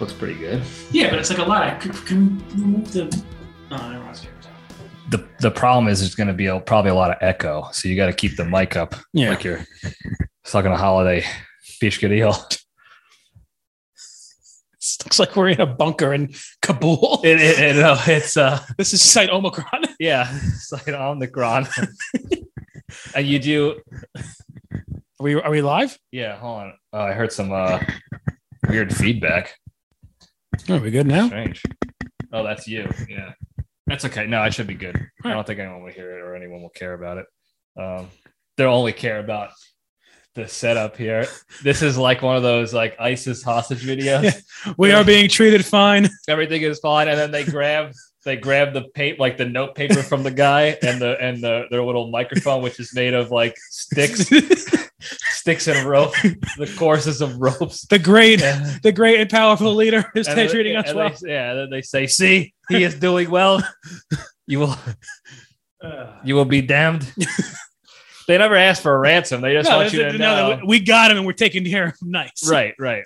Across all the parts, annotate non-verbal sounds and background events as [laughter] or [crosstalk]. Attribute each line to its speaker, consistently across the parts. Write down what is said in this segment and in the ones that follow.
Speaker 1: it.
Speaker 2: Yeah, but it's like a lot. I could, can remove the. No, never mind. It's yours.
Speaker 3: the the problem is there's going to be a, probably a lot of echo, so you got to keep the mic up.
Speaker 1: Yeah.
Speaker 3: like you're talking a holiday beach good eel.
Speaker 1: This looks like we're in a bunker in [laughs] Kabul.
Speaker 3: It, it, it, no, it's uh
Speaker 1: this is site [laughs] Omicron.
Speaker 3: yeah, it's like on the ground. [laughs] and you do
Speaker 1: Are we are we live?
Speaker 3: yeah. Hold on, uh, I heard some uh weird feedback.
Speaker 1: Are we good now?
Speaker 3: Strange. Oh, that's you. Yeah, that's okay. No, I should be good. I don't think anyone will hear it or anyone will care about it. Um, they'll only care about the setup here. This is like one of those like ISIS hostage videos.
Speaker 1: We are being treated fine.
Speaker 3: everything is fine and then they grab they grab the paper like the note paper from the guy and the and the their little microphone which is made of like sticks sticks and rope the courses of ropes
Speaker 1: [laughs] the great,
Speaker 3: Yeah.
Speaker 1: the great and powerful leader is
Speaker 3: And then-
Speaker 1: treating us
Speaker 3: and
Speaker 1: well.
Speaker 3: they, yeah and then they say see he is doing well [laughs] you will
Speaker 2: Uh,
Speaker 3: you will be
Speaker 1: [laughs]
Speaker 3: damned they never ask for a ransom they just
Speaker 1: No,
Speaker 3: want you
Speaker 1: they-
Speaker 3: to
Speaker 1: no,
Speaker 3: know
Speaker 1: they- we got him and we're taking care of him. Nice.
Speaker 3: right right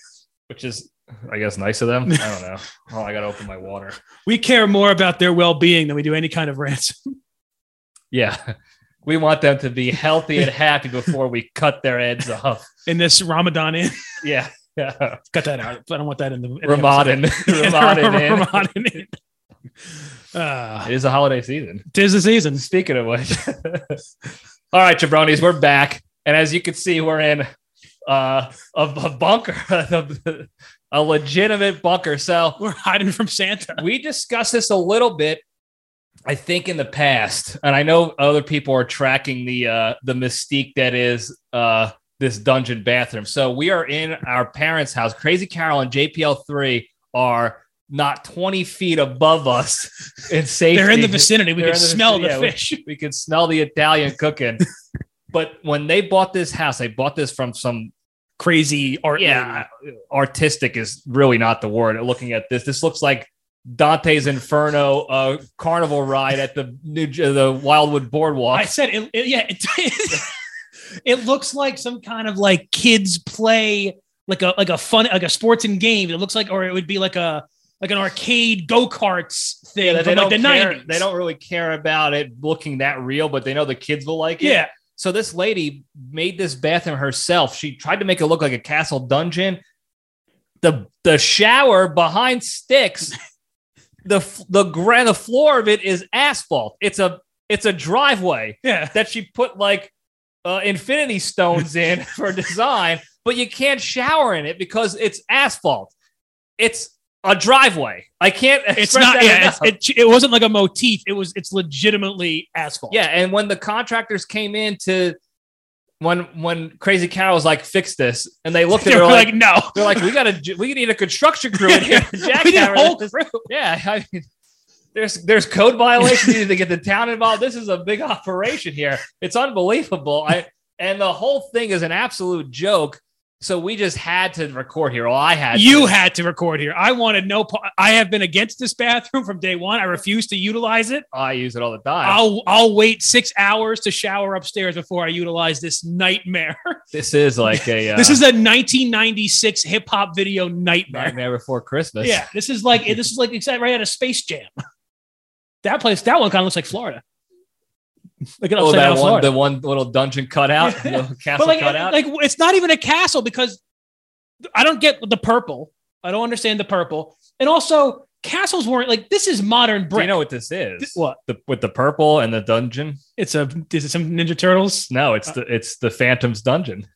Speaker 3: which is i guess nice of them i don't know oh i gotta open my water
Speaker 1: We care more about their well being than we do any kind of ransom.
Speaker 3: Yeah. [laughs] We want them to be healthy and happy before we cut their heads off.
Speaker 1: In this Ramadan in,
Speaker 3: Yeah. yeah.
Speaker 1: cut that out. I don't want that in the in the [laughs]
Speaker 3: Ramadan.
Speaker 1: episode.
Speaker 3: Ramadan. in.
Speaker 1: Ramadan in. Uh,
Speaker 3: It is a holiday season.
Speaker 1: tis the season.
Speaker 3: Speaking of which, [laughs] all right, jabronis, we're back. And as you can see, we're in uh, a, a bunker, [laughs] a, a legitimate bunker. So
Speaker 1: We're hiding from Santa.
Speaker 3: we discussed this a little bit i think in the past and i know other people are tracking the uh the mystique that is uh this dungeon bathroom so we are in our parents house crazy carol and jpl3 are not 20 feet above us in safety
Speaker 1: [laughs] They're in the vicinity. We
Speaker 3: They're
Speaker 1: can
Speaker 3: in the
Speaker 1: smell the
Speaker 3: vicinity, yeah, we-
Speaker 1: fish.
Speaker 3: we could smell the italian
Speaker 1: [laughs]
Speaker 3: cooking but when they bought this house they bought this from some
Speaker 1: Crazy art.
Speaker 3: yeah, artistic is really not the word. Looking at this, this looks like Dante's Inferno uh, carnival ride at the New the Wildwood
Speaker 1: I
Speaker 3: Boardwalk.
Speaker 1: said it, it- yeah, it, [laughs] it looks like some kind of like kids play like a like a fun like a sports and game. It looks like or it would be like a like an arcade go-karts thing
Speaker 3: Yeah,
Speaker 1: from like the
Speaker 3: care,
Speaker 1: 90s.
Speaker 3: they don't really care about it looking that real, but they know the kids will like it.
Speaker 1: yeah.
Speaker 3: So this lady made this bathroom herself. She tried to make it look like a castle dungeon. The the shower behind [laughs] sticks. The f- the ground the floor of it is asphalt. It's a it's a driveway.
Speaker 1: Yeah.
Speaker 3: that she put like uh, infinity stones in [laughs] for design, but you can't shower in it because it's asphalt. It's a driveway. I can't.
Speaker 1: It's
Speaker 3: express
Speaker 1: not
Speaker 3: that
Speaker 1: yeah,
Speaker 3: enough.
Speaker 1: it's, it, it wasn't like a motif. It was it's legitimately
Speaker 3: [laughs]
Speaker 1: asphalt. [laughs]
Speaker 3: yeah, and when the contractors came in to when when Crazy Carol was like, "Fix this," and they looked at
Speaker 1: They
Speaker 3: her
Speaker 1: were
Speaker 3: like,
Speaker 1: like, no.
Speaker 3: "They're like, we got to we need a construction crew in
Speaker 1: [laughs]
Speaker 3: here." to
Speaker 1: We need a
Speaker 3: jackhammer
Speaker 1: whole
Speaker 3: this."
Speaker 1: crew.
Speaker 3: [laughs] Yeah, I mean, there's there's code violations. You need to get the town involved. This is a big operation here. It's unbelievable. I and the whole thing is an absolute joke. So we just had to record here. Well, I had to.
Speaker 1: You had to record here. I wanted no pa- I have been against this bathroom from day 1. I refuse to utilize it.
Speaker 3: I use it all the time.
Speaker 1: I'll I'll wait six hours to shower upstairs before I utilize this nightmare. [laughs]
Speaker 3: This is like a uh,
Speaker 1: this is a 1996 hip hop video nightmare.
Speaker 3: Nightmare Before Christmas.
Speaker 1: Yeah, this is like this is like exact right out of Space Jam. [laughs] That place, that one kind of looks like Florida. Like an
Speaker 3: Oh,
Speaker 1: upside down
Speaker 3: that one,
Speaker 1: Florida.
Speaker 3: the one little dungeon cutout,
Speaker 1: [laughs] Yeah.
Speaker 3: little castle
Speaker 1: but like,
Speaker 3: cutout.
Speaker 1: like it's not even a castle because I don't get the purple. I don't understand the purple, and also castles weren't like this is modern
Speaker 3: Do
Speaker 1: brick.
Speaker 3: you know what this is?
Speaker 1: Th- what?
Speaker 3: The, with the purple and the dungeon?
Speaker 1: It's a is it some Ninja Turtles?
Speaker 3: No, it's the it's the Phantom's
Speaker 1: [laughs]
Speaker 3: dungeon.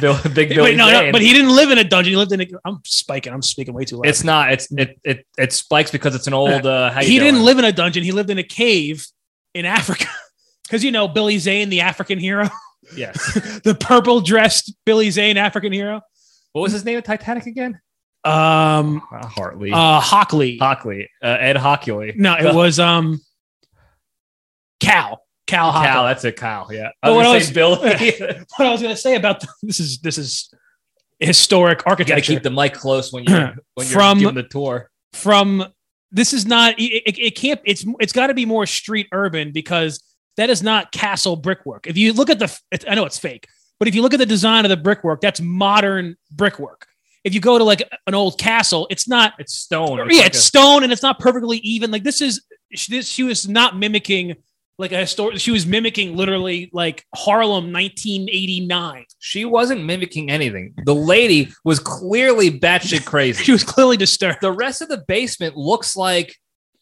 Speaker 3: Bill, big Billy
Speaker 1: Wait, no, no,
Speaker 3: Zane.
Speaker 1: but he didn't live in a dungeon. He lived in a. I'm spiking. I'm speaking way too loud.
Speaker 3: It's not. It's it it it spikes because it's an old. Uh, how you
Speaker 1: he didn't
Speaker 3: doing?
Speaker 1: live in a dungeon. He lived in a cave in Africa. [laughs] Because you know Billy Zane, the African hero, [laughs]
Speaker 3: Yes.
Speaker 1: the purple dressed Billy Zane African hero.
Speaker 3: What was his name in Titanic again?
Speaker 1: Um,
Speaker 3: Uh, Hartley.
Speaker 1: uh, Hockley.
Speaker 3: Hockley. Uh, Ed Hockley.
Speaker 1: no, it was um, Cal. Cal Hockley.
Speaker 3: Cal. That's it. Kyle. Yeah. I
Speaker 1: But
Speaker 3: was
Speaker 1: what
Speaker 3: gonna
Speaker 1: else-
Speaker 3: say
Speaker 1: [laughs]
Speaker 3: Billy.
Speaker 1: What I was gonna say about the, [laughs] this is this is
Speaker 3: [laughs] you
Speaker 1: historic
Speaker 3: got to
Speaker 1: architecture
Speaker 3: keep the mic close when
Speaker 1: [clears throat]
Speaker 3: you when you're
Speaker 1: From-
Speaker 3: giving the tour.
Speaker 1: from this is not it, it, it can't it's it's got to be more street urban because that is not castle brickwork. If you look at the, it's, I know it's fake, but if you look at the design of the brickwork, that's modern brickwork. if you go to like an old castle, it's not
Speaker 3: It's stone.
Speaker 1: yeah,
Speaker 3: like
Speaker 1: it's stone and it's not perfectly even. Like this is she, this, she was not mimicking like a historic. She was mimicking literally like Harlem 1989.
Speaker 3: a- she wasn't mimicking anything. The lady was clearly batshit
Speaker 1: [laughs]
Speaker 3: crazy.
Speaker 1: [laughs] She was clearly disturbed.
Speaker 3: the rest of the basement looks like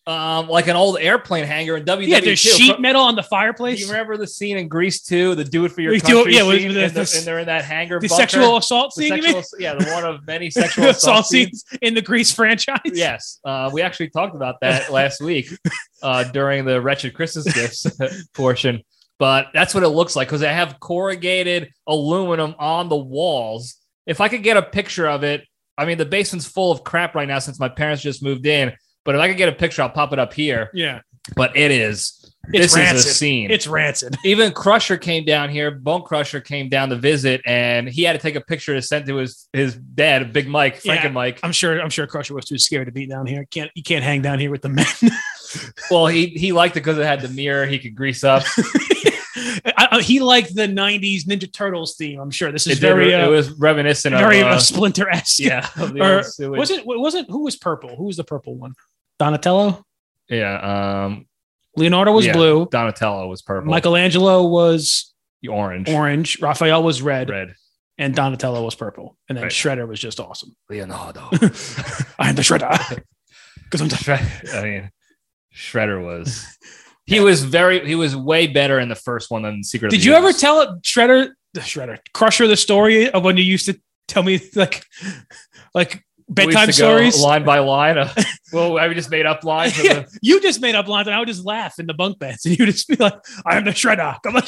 Speaker 3: um like an old airplane hangar in WWE.
Speaker 1: yeah, there's
Speaker 3: too.
Speaker 1: sheet metal on the
Speaker 3: Do
Speaker 1: fireplace.
Speaker 3: you remember the scene in Grease 2, the do it for your
Speaker 1: We do
Speaker 3: country
Speaker 1: it- yeah, with
Speaker 3: scene,
Speaker 1: the-
Speaker 3: and, the-
Speaker 1: the-
Speaker 3: and they're in that hangar
Speaker 1: the
Speaker 3: bunker?
Speaker 1: sexual assault
Speaker 3: The
Speaker 1: scene, you mean?
Speaker 3: sexual- yeah, the one of
Speaker 1: [laughs]
Speaker 3: many [laughs] sexual assault scenes.
Speaker 1: in the Grease franchise.
Speaker 3: Yes, uh, we actually talked about
Speaker 1: [laughs]
Speaker 3: that last week uh, during the wretched Christmas gifts [laughs] portion. But that's what it looks like because they have corrugated aluminum on the walls. If I could get a picture of it, I mean the basement's full of crap right now since my parents just moved in. But if I could get a picture, I'll pop it up here.
Speaker 1: Yeah.
Speaker 3: But it is
Speaker 1: It's
Speaker 3: this is a
Speaker 1: rancid.
Speaker 3: scene.
Speaker 1: It's rancid.
Speaker 3: Even Crusher came down here. Bone Crusher came down to visit, and he had to take a picture to send to his his dad, Big Mike, Frank
Speaker 1: Yeah.
Speaker 3: and Mike.
Speaker 1: I'm sure. I'm sure Crusher was too scared to be down here. Can't you can't hang down here with the men. [laughs]
Speaker 3: Well, he he liked it because it had the mirror. He could grease up.
Speaker 1: I, I- he liked the '90s Ninja Turtles theme. I'm sure this
Speaker 3: It,
Speaker 1: is
Speaker 3: did-
Speaker 1: very,
Speaker 3: it
Speaker 1: uh,
Speaker 3: was reminiscent
Speaker 1: very
Speaker 3: of uh,
Speaker 1: uh, Splinter
Speaker 3: [laughs]
Speaker 1: esque.
Speaker 3: yeah. of the
Speaker 1: [laughs] Or
Speaker 3: old sewage.
Speaker 1: Was it? Was it? Who was purple? Who was the purple one? Donatello.
Speaker 3: yeah. Um,
Speaker 1: Leonardo was
Speaker 3: Yeah.
Speaker 1: blue.
Speaker 3: Donatello was purple.
Speaker 1: Michelangelo was
Speaker 3: orange,
Speaker 1: orange. Raphael was red,
Speaker 3: red.
Speaker 1: and Donatello was purple. And then
Speaker 3: Right.
Speaker 1: Shredder was just awesome. [laughs]
Speaker 3: Leonardo.
Speaker 1: I'm the [laughs] Shredder. Because I'm the
Speaker 3: Shred- I mean, Shredder
Speaker 1: [laughs]
Speaker 3: was. He was very. He was way better in the first one than Secret. of
Speaker 1: Did
Speaker 3: the
Speaker 1: you ever
Speaker 3: Universe.
Speaker 1: tell Shredder, Shredder, Crusher, the story of when you used to tell me like, like
Speaker 3: We used to
Speaker 1: bedtime
Speaker 3: go
Speaker 1: stories? [laughs]
Speaker 3: line by line? Uh, well, I just made up lines. for
Speaker 1: Yeah,
Speaker 3: the-
Speaker 1: you just made up lines, and I would just laugh in the bunk beds, and you would just be like, "I am the Shredder." [laughs] Come on.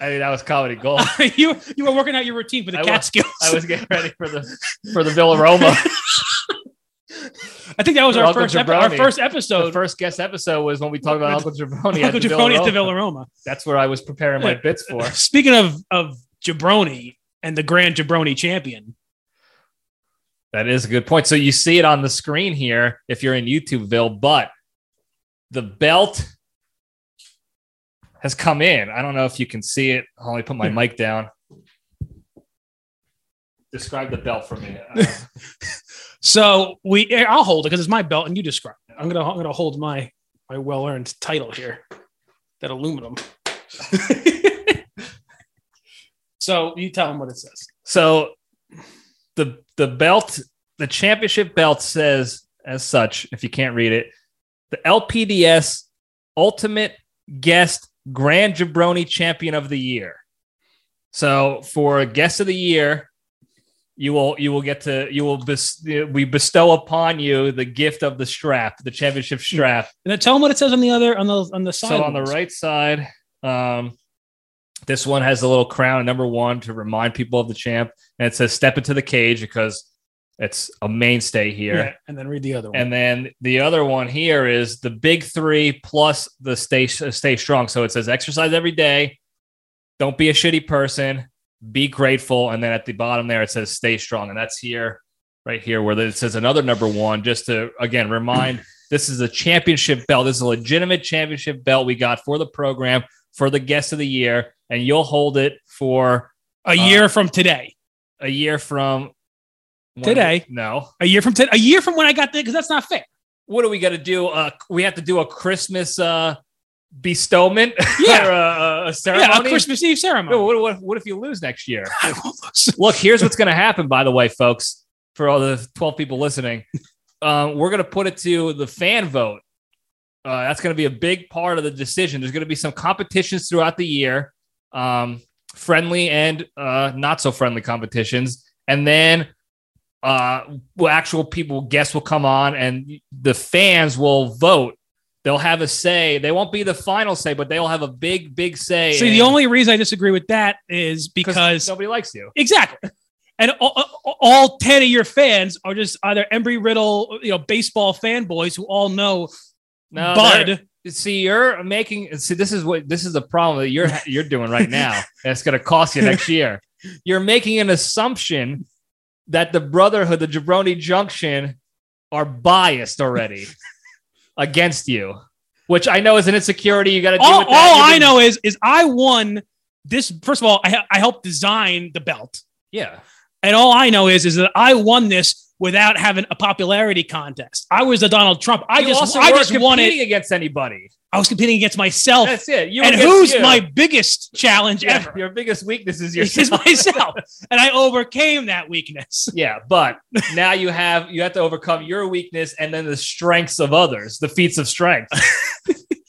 Speaker 3: I mean, that was comedy
Speaker 1: [laughs]
Speaker 3: gold.
Speaker 1: you you were working out your routine for the
Speaker 3: I
Speaker 1: cat
Speaker 3: was-
Speaker 1: skills.
Speaker 3: I was getting ready for the for the Villa Roma.
Speaker 1: [laughs] I think that was our
Speaker 3: Uncle
Speaker 1: first epi- our
Speaker 3: Jabroni.
Speaker 1: first
Speaker 3: the
Speaker 1: episode.
Speaker 3: first guest episode was when we talked about Uncle Jabroni.
Speaker 1: [laughs] Uncle
Speaker 3: at the
Speaker 1: Jabroni at
Speaker 3: Villa Roma.
Speaker 1: the Villaroma.
Speaker 3: That's where I was preparing my bits
Speaker 1: [laughs]
Speaker 3: for.
Speaker 1: Speaking of of Jabroni and the Grand Jabroni Champion,
Speaker 3: That is a good point. So you see it on the screen here if you're in YouTubeville, but the belt has come in. I don't know if you can see it. I'll only put my
Speaker 1: Hmm.
Speaker 3: mic down. Describe the belt for
Speaker 1: [laughs]
Speaker 3: me. Uh,
Speaker 1: So we, eh, I'll hold it because it's my belt, and you describe it. I'm gonna, I'm gonna hold my my well earned title here, that aluminum. [laughs] so you tell them what it says.
Speaker 3: So the the belt, the championship belt says as such, if you can't read it, the LPDS Ultimate Guest Grand Jabroni Champion of the Year. So for guest of the year, you will you will get to you will bes- we bestow upon you the gift of the strap, the championship strap.
Speaker 1: And then tell them what it says on the other on the on the side.
Speaker 3: So on the
Speaker 1: ones.
Speaker 3: right side, um, this one has a little crown, number one, to remind people of the champ, and it says "Step into the cage" because it's a mainstay here.
Speaker 1: Yeah, and then read the other one.
Speaker 3: And then the other one here is the big three plus the stay stay strong. So it says exercise every day, don't be a shitty person, be grateful, and then at the bottom there it says stay strong, and that's here, right here where it says another number one, just to again remind [clears throat] this is a championship belt. This is a legitimate championship belt we got for the program for the guest of the year, and you'll hold it for
Speaker 1: a year from today,
Speaker 3: a year from when-
Speaker 1: Today.
Speaker 3: No,
Speaker 1: a year from today, a year from when I got there, because that's not
Speaker 3: [laughs]
Speaker 1: fair.
Speaker 3: what are we going to do? Uh, we have to do a Christmas uh, bestowment [laughs]
Speaker 1: Yeah.
Speaker 3: or a, a ceremony.
Speaker 1: Yeah, a Christmas Eve ceremony.
Speaker 3: No, what, what, what if you lose next year?
Speaker 1: I won't [laughs] lose.
Speaker 3: Look, here's what's going to happen, by the way, folks, for all the 12 people listening. Um, we're going to put it to the fan vote. Uh, that's going to be a big part of the decision. There's going to be some competitions throughout the year, um, friendly and uh, not so friendly competitions. And then uh, well, actual people, guests will come on and the fans will vote. They'll have a say. They won't be the final say, but they'll have a big, big say.
Speaker 1: See, the only reason I disagree with that is because
Speaker 3: nobody likes you.
Speaker 1: Exactly. And all, all- all 10 of your fans are just either Embry Riddle, you know, baseball fanboys who all know
Speaker 3: No, they're-
Speaker 1: Bud.
Speaker 3: see you're making see this is what this is the problem that you're you're doing right now
Speaker 1: [laughs]
Speaker 3: and it's going to cost you next year you're making an assumption that the brotherhood the jabroni junction are biased
Speaker 1: [laughs]
Speaker 3: already against you which i know is an insecurity you got to deal
Speaker 1: All,
Speaker 3: with that.
Speaker 1: all
Speaker 3: You've
Speaker 1: I
Speaker 3: been-
Speaker 1: know is, is I won this. First of all, I, I helped design the belt.
Speaker 3: yeah
Speaker 1: And all I know is is that I won this without having a popularity contest. I was the Donald Trump. I
Speaker 3: You
Speaker 1: just
Speaker 3: also
Speaker 1: I
Speaker 3: weren't
Speaker 1: just
Speaker 3: competing
Speaker 1: wanted
Speaker 3: against anybody.
Speaker 1: I was competing against myself.
Speaker 3: That's it. You
Speaker 1: and
Speaker 3: against
Speaker 1: who's
Speaker 3: you.
Speaker 1: my biggest challenge
Speaker 3: Yeah,
Speaker 1: ever?
Speaker 3: Your biggest weakness is
Speaker 1: It's just
Speaker 3: [laughs] yourself.
Speaker 1: myself. And I overcame that weakness.
Speaker 3: yeah, but now you have you have to overcome your weakness and then the strengths of others, the feats of
Speaker 1: [laughs]
Speaker 3: strength,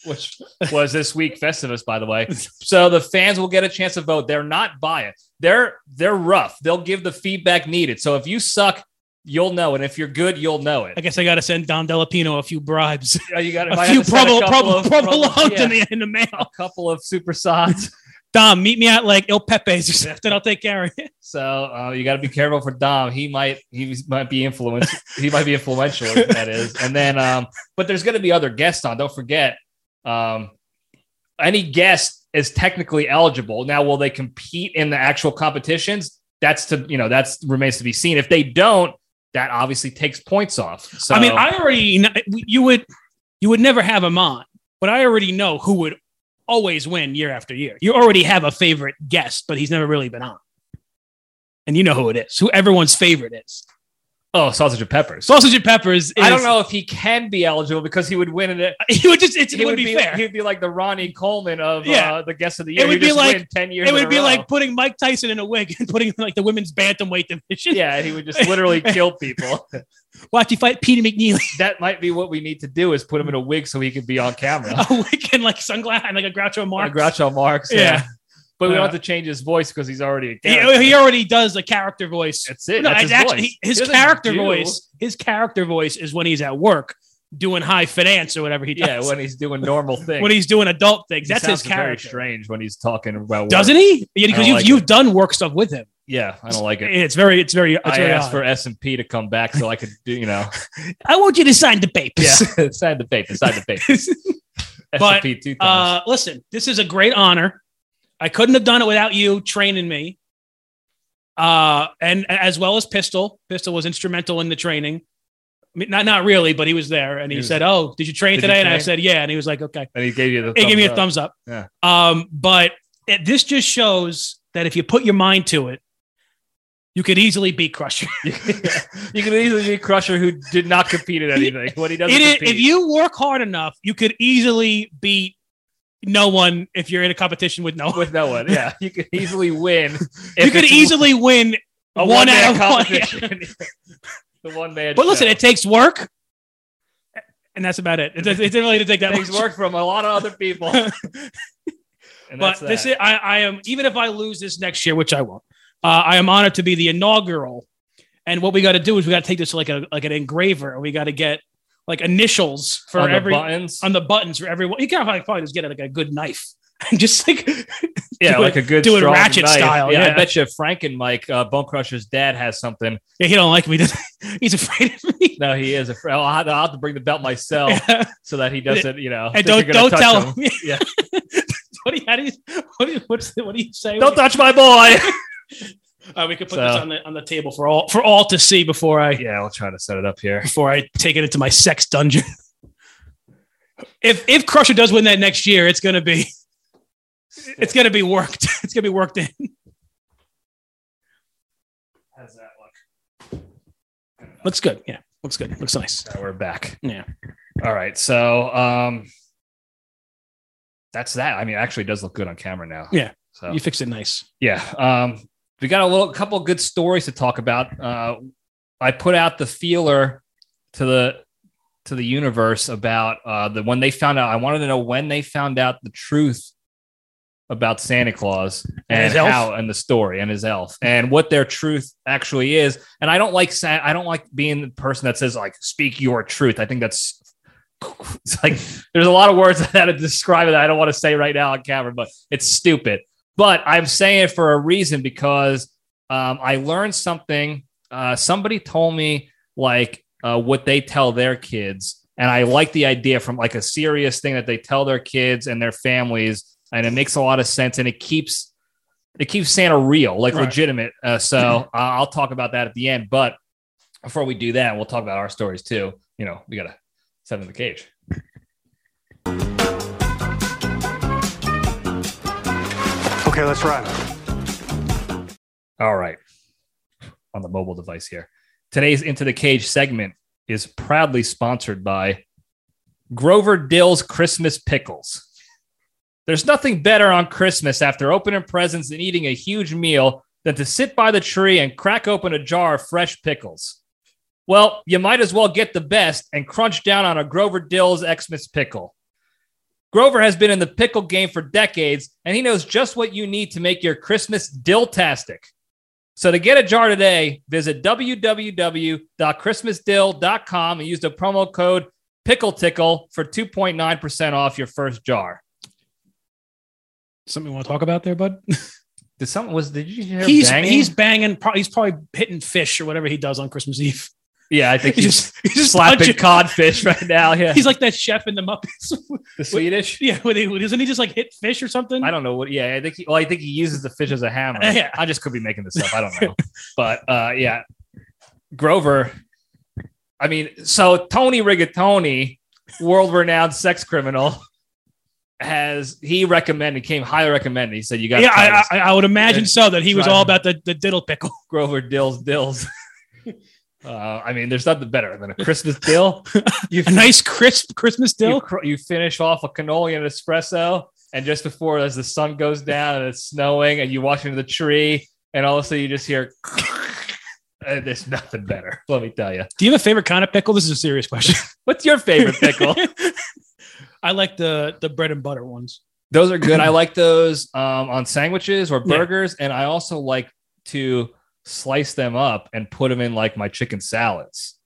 Speaker 3: which was this week Festivus, by the
Speaker 1: [laughs]
Speaker 3: way. So the fans will get a chance to vote. They're not biased. They're they're rough. They'll give the feedback needed. So if you suck, you'll know, and if you're good, you'll know it.
Speaker 1: I guess I got to send Don Delapino a few
Speaker 3: [laughs]
Speaker 1: bribes,
Speaker 3: Uh, You got
Speaker 1: a few provo provo provolone
Speaker 3: yeah,
Speaker 1: in the in the mail.
Speaker 3: a couple of super sods.
Speaker 1: Dom, meet me at like El Pepe's or something. I'll take care of it.
Speaker 3: So uh, you got to be careful for Dom. He might he might be influenced. he might be influential. [laughs] That is, and then um, but there's going to be other guests on. Don't forget, um, any guest is technically eligible. Now, will they compete in the actual competitions? That's to you know that's remains to be seen. If they don't, that obviously takes points off. So
Speaker 1: I mean, I already kn- you would you would never have him on, but I already know who would always win year after year. You already have a favorite guest, but he's never really been on. And you know who it is, who everyone's favorite is.
Speaker 3: oh sausage and peppers.
Speaker 1: Sausage and Peppers. Is,
Speaker 3: I don't know if he can be eligible because he would win in it.
Speaker 1: He would just it's, [laughs] it
Speaker 3: He
Speaker 1: would be fair.
Speaker 3: He would be like the Ronnie Coleman of
Speaker 1: Yeah.
Speaker 3: uh, the guest of the
Speaker 1: It
Speaker 3: year.
Speaker 1: would
Speaker 3: He'd
Speaker 1: be
Speaker 3: just
Speaker 1: like-
Speaker 3: win ten years.
Speaker 1: It
Speaker 3: in
Speaker 1: would
Speaker 3: a
Speaker 1: be
Speaker 3: row.
Speaker 1: like putting Mike Tyson in a wig and [laughs] putting like the women's bantamweight division.
Speaker 3: yeah, he would just
Speaker 1: [laughs]
Speaker 3: literally kill people.
Speaker 1: Watch you fight Peter McNeely.
Speaker 3: That might be what we need to do is put him in a wig so he can be on [laughs] camera.
Speaker 1: a wig and like sunglasses and like a Groucho Marx.
Speaker 3: Like Groucho Marx. Yeah.
Speaker 1: Yeah.
Speaker 3: But we
Speaker 1: Uh,
Speaker 3: don't have to change his voice because he's already a character.
Speaker 1: He, he already does a character voice.
Speaker 3: That's it.
Speaker 1: no,
Speaker 3: That's
Speaker 1: it's
Speaker 3: his
Speaker 1: actually
Speaker 3: voice.
Speaker 1: he- his
Speaker 3: He doesn't
Speaker 1: character
Speaker 3: do-
Speaker 1: voice. His character voice is when he's at work doing high finance or whatever he does.
Speaker 3: Yeah, when he's doing normal things.
Speaker 1: [laughs] when he's doing adult things,
Speaker 3: He
Speaker 1: that's his
Speaker 3: sounds Very
Speaker 1: character.
Speaker 3: strange when he's talking about. work.
Speaker 1: Doesn't he? Yeah,
Speaker 3: don't
Speaker 1: because you've
Speaker 3: like
Speaker 1: you've done work stuff with him.
Speaker 3: Yeah, I don't
Speaker 1: [laughs]
Speaker 3: like it.
Speaker 1: It's very it's very it's
Speaker 3: I
Speaker 1: very
Speaker 3: asked
Speaker 1: odd.
Speaker 3: for S and P to come back so I could do. You know,
Speaker 1: I want you to sign the
Speaker 3: yeah, [laughs]
Speaker 1: papers.
Speaker 3: side the bait, side the
Speaker 1: [laughs]
Speaker 3: bait.
Speaker 1: But,
Speaker 3: S&P two times.
Speaker 1: uh, listen, this is a great honor. I couldn't have done it without you training me. Uh, and as well as Pistol. Pistol was instrumental in the training. I mean, not not really, but he was there and
Speaker 3: He
Speaker 1: he,
Speaker 3: was-
Speaker 1: said, Oh, did you train
Speaker 3: Did you
Speaker 1: today? And I
Speaker 3: train?
Speaker 1: said, Yeah. And he was like, Okay.
Speaker 3: and he gave you the.
Speaker 1: He gave me a
Speaker 3: up.
Speaker 1: thumbs up.
Speaker 3: Yeah.
Speaker 1: Um, but it, this just shows that if you put your mind to it, you could easily beat Crusher.
Speaker 3: [laughs] you can easily be Crusher who did not compete in anything when he doesn't
Speaker 1: [laughs] It is-
Speaker 3: compete.
Speaker 1: if you work hard enough, you could easily beat no one if you're in a competition with no one.
Speaker 3: with no one, yeah, you could easily win.
Speaker 1: you could easily win
Speaker 3: a
Speaker 1: one
Speaker 3: one-man
Speaker 1: out of one.
Speaker 3: [laughs] the one man.
Speaker 1: But listen, it takes work, and that's about it. It, does- it didn't really take that
Speaker 3: takes
Speaker 1: much.
Speaker 3: work from a lot of other
Speaker 1: [laughs]
Speaker 3: people. And that's
Speaker 1: But this
Speaker 3: that.
Speaker 1: is I, I am even if I lose this next year, which I won't. Uh, I am honored to be the inaugural. And what we got to do is we got to take this to like a like an engraver, and we got to get like initials for
Speaker 3: On the
Speaker 1: every
Speaker 3: buttons.
Speaker 1: on the buttons for everyone. You can probably, probably just get like a good knife [laughs] and just like
Speaker 3: yeah,
Speaker 1: do
Speaker 3: like a good
Speaker 1: do it
Speaker 3: strong
Speaker 1: ratchet
Speaker 3: knife.
Speaker 1: style,
Speaker 3: Yeah,
Speaker 1: yeah.
Speaker 3: I bet you Frank and Mike, uh, Bone Crusher's dad, has something.
Speaker 1: yeah, he don't like me. [laughs] He's afraid of me.
Speaker 3: No, he is. A fr- I'll, have to, I'll have to bring the belt
Speaker 1: [laughs]
Speaker 3: myself so that he doesn't, you know.
Speaker 1: and
Speaker 3: Oh, think you're
Speaker 1: don't
Speaker 3: gonna
Speaker 1: don't
Speaker 3: touch
Speaker 1: tell him. [laughs]
Speaker 3: Yeah.
Speaker 1: what do you, how do you what do you, what's the, what do you say?
Speaker 3: Don't touch my boy. [laughs]
Speaker 1: Uh, we could put
Speaker 3: So-
Speaker 1: this on the on the table for all for all to see before I
Speaker 3: yeah, I'll try to set it up here.
Speaker 1: before I take it into my sex dungeon. [laughs] if if Crusher does win that next year, it's gonna be it's gonna be worked. [laughs] It's gonna be worked in.
Speaker 3: How's that look?
Speaker 1: Looks good. Yeah, looks good. Looks nice.
Speaker 3: Now we're back.
Speaker 1: Yeah.
Speaker 3: All right. So um that's that. I mean, it actually does look good on camera now.
Speaker 1: Yeah.
Speaker 3: So
Speaker 1: You fixed it nice.
Speaker 3: yeah. Um we got a little couple of good stories to talk about. Uh I put out the feeler to the to the universe about uh the when they found out I wanted to know when they found out the truth about Santa Claus
Speaker 1: And
Speaker 3: and
Speaker 1: his elf?
Speaker 3: how and the story and his elf and what their truth actually is. And I don't like sa- I don't like being the person that says like speak your truth. I think that's [laughs] it's like there's a lot of words [laughs] that to describe it that I don't want to say right now on camera, but it's stupid. But I'm saying it for a reason because um, I learned something. Uh, somebody told me like uh, what they tell their kids, and I like the idea from like a serious thing that they tell their kids and their families, and it makes a lot of sense, and it keeps it keeps Santa real, like
Speaker 1: Right.
Speaker 3: legitimate. Uh, so uh, I'll talk about that at the end, but before we do that, we'll talk about our stories too. You know, we gotta set in the cage.
Speaker 4: Okay, let's run.
Speaker 3: All right. on the mobile device here. Today's Into the Cage segment is proudly sponsored by Grover Dill's Christmas Pickles. There's nothing better on Christmas after opening presents and eating a huge meal than to sit by the tree and crack open a jar of fresh pickles. Well, you might as well get the best and crunch down on a Grover Dill's Xmas pickle. Grover has been in the pickle game for decades, and he knows just what you need to make your Christmas dill-tastic. So to get a jar today, visit www.christmasdill.com and use the promo code PickleTickle for 2.9% off your first jar.
Speaker 1: Something you want to talk about there, bud?
Speaker 3: Did someone was did you hear
Speaker 1: he's
Speaker 3: banging?
Speaker 1: he's banging. Pro- he's probably hitting fish or whatever he does on Christmas Eve.
Speaker 3: yeah, I think
Speaker 1: [laughs]
Speaker 3: [laughs]
Speaker 1: He's
Speaker 3: he's
Speaker 1: just, he's just
Speaker 3: slapping
Speaker 1: punching-
Speaker 3: codfish right now. [laughs] Yeah,
Speaker 1: [laughs] He's like that chef in the Muppets. [laughs]
Speaker 3: the Swedish.
Speaker 1: yeah, when he- doesn't he just like hit fish or something?
Speaker 3: I don't know what. Yeah, I think. He, well, I think he uses the fish as a hammer.
Speaker 1: [laughs] Yeah.
Speaker 3: I just could be making this up. I don't
Speaker 1: [laughs]
Speaker 3: know. but uh, yeah, Grover. I mean, so Tony Rigatoni, world-renowned sex criminal, has he recommended came highly recommended. He said you got
Speaker 1: yeah, I, I, I would imagine
Speaker 3: Yeah.
Speaker 1: so. That he was
Speaker 3: Try
Speaker 1: all
Speaker 3: him.
Speaker 1: about the, the diddle pickle.
Speaker 3: Grover Dills Dills. [laughs] Uh, I mean, there's nothing better than a
Speaker 1: [laughs]
Speaker 3: Christmas dill. You,
Speaker 1: A [laughs] nice crisp Christmas
Speaker 3: you,
Speaker 1: dill.
Speaker 3: cr- you finish off a cannoli and an espresso, and just before as the sun goes down and it's snowing, and you walk into the tree, and all of a sudden you just hear. [laughs] and there's nothing better. Let me tell you.
Speaker 1: Do you have a favorite kind of pickle? This is a serious question.
Speaker 3: What's your favorite [laughs] pickle?
Speaker 1: [laughs] I like the the bread and butter ones.
Speaker 3: [laughs] those are good. I like those um, on sandwiches or
Speaker 1: Yeah.
Speaker 3: burgers, and I also like to slice them up and put them in like my chicken salads.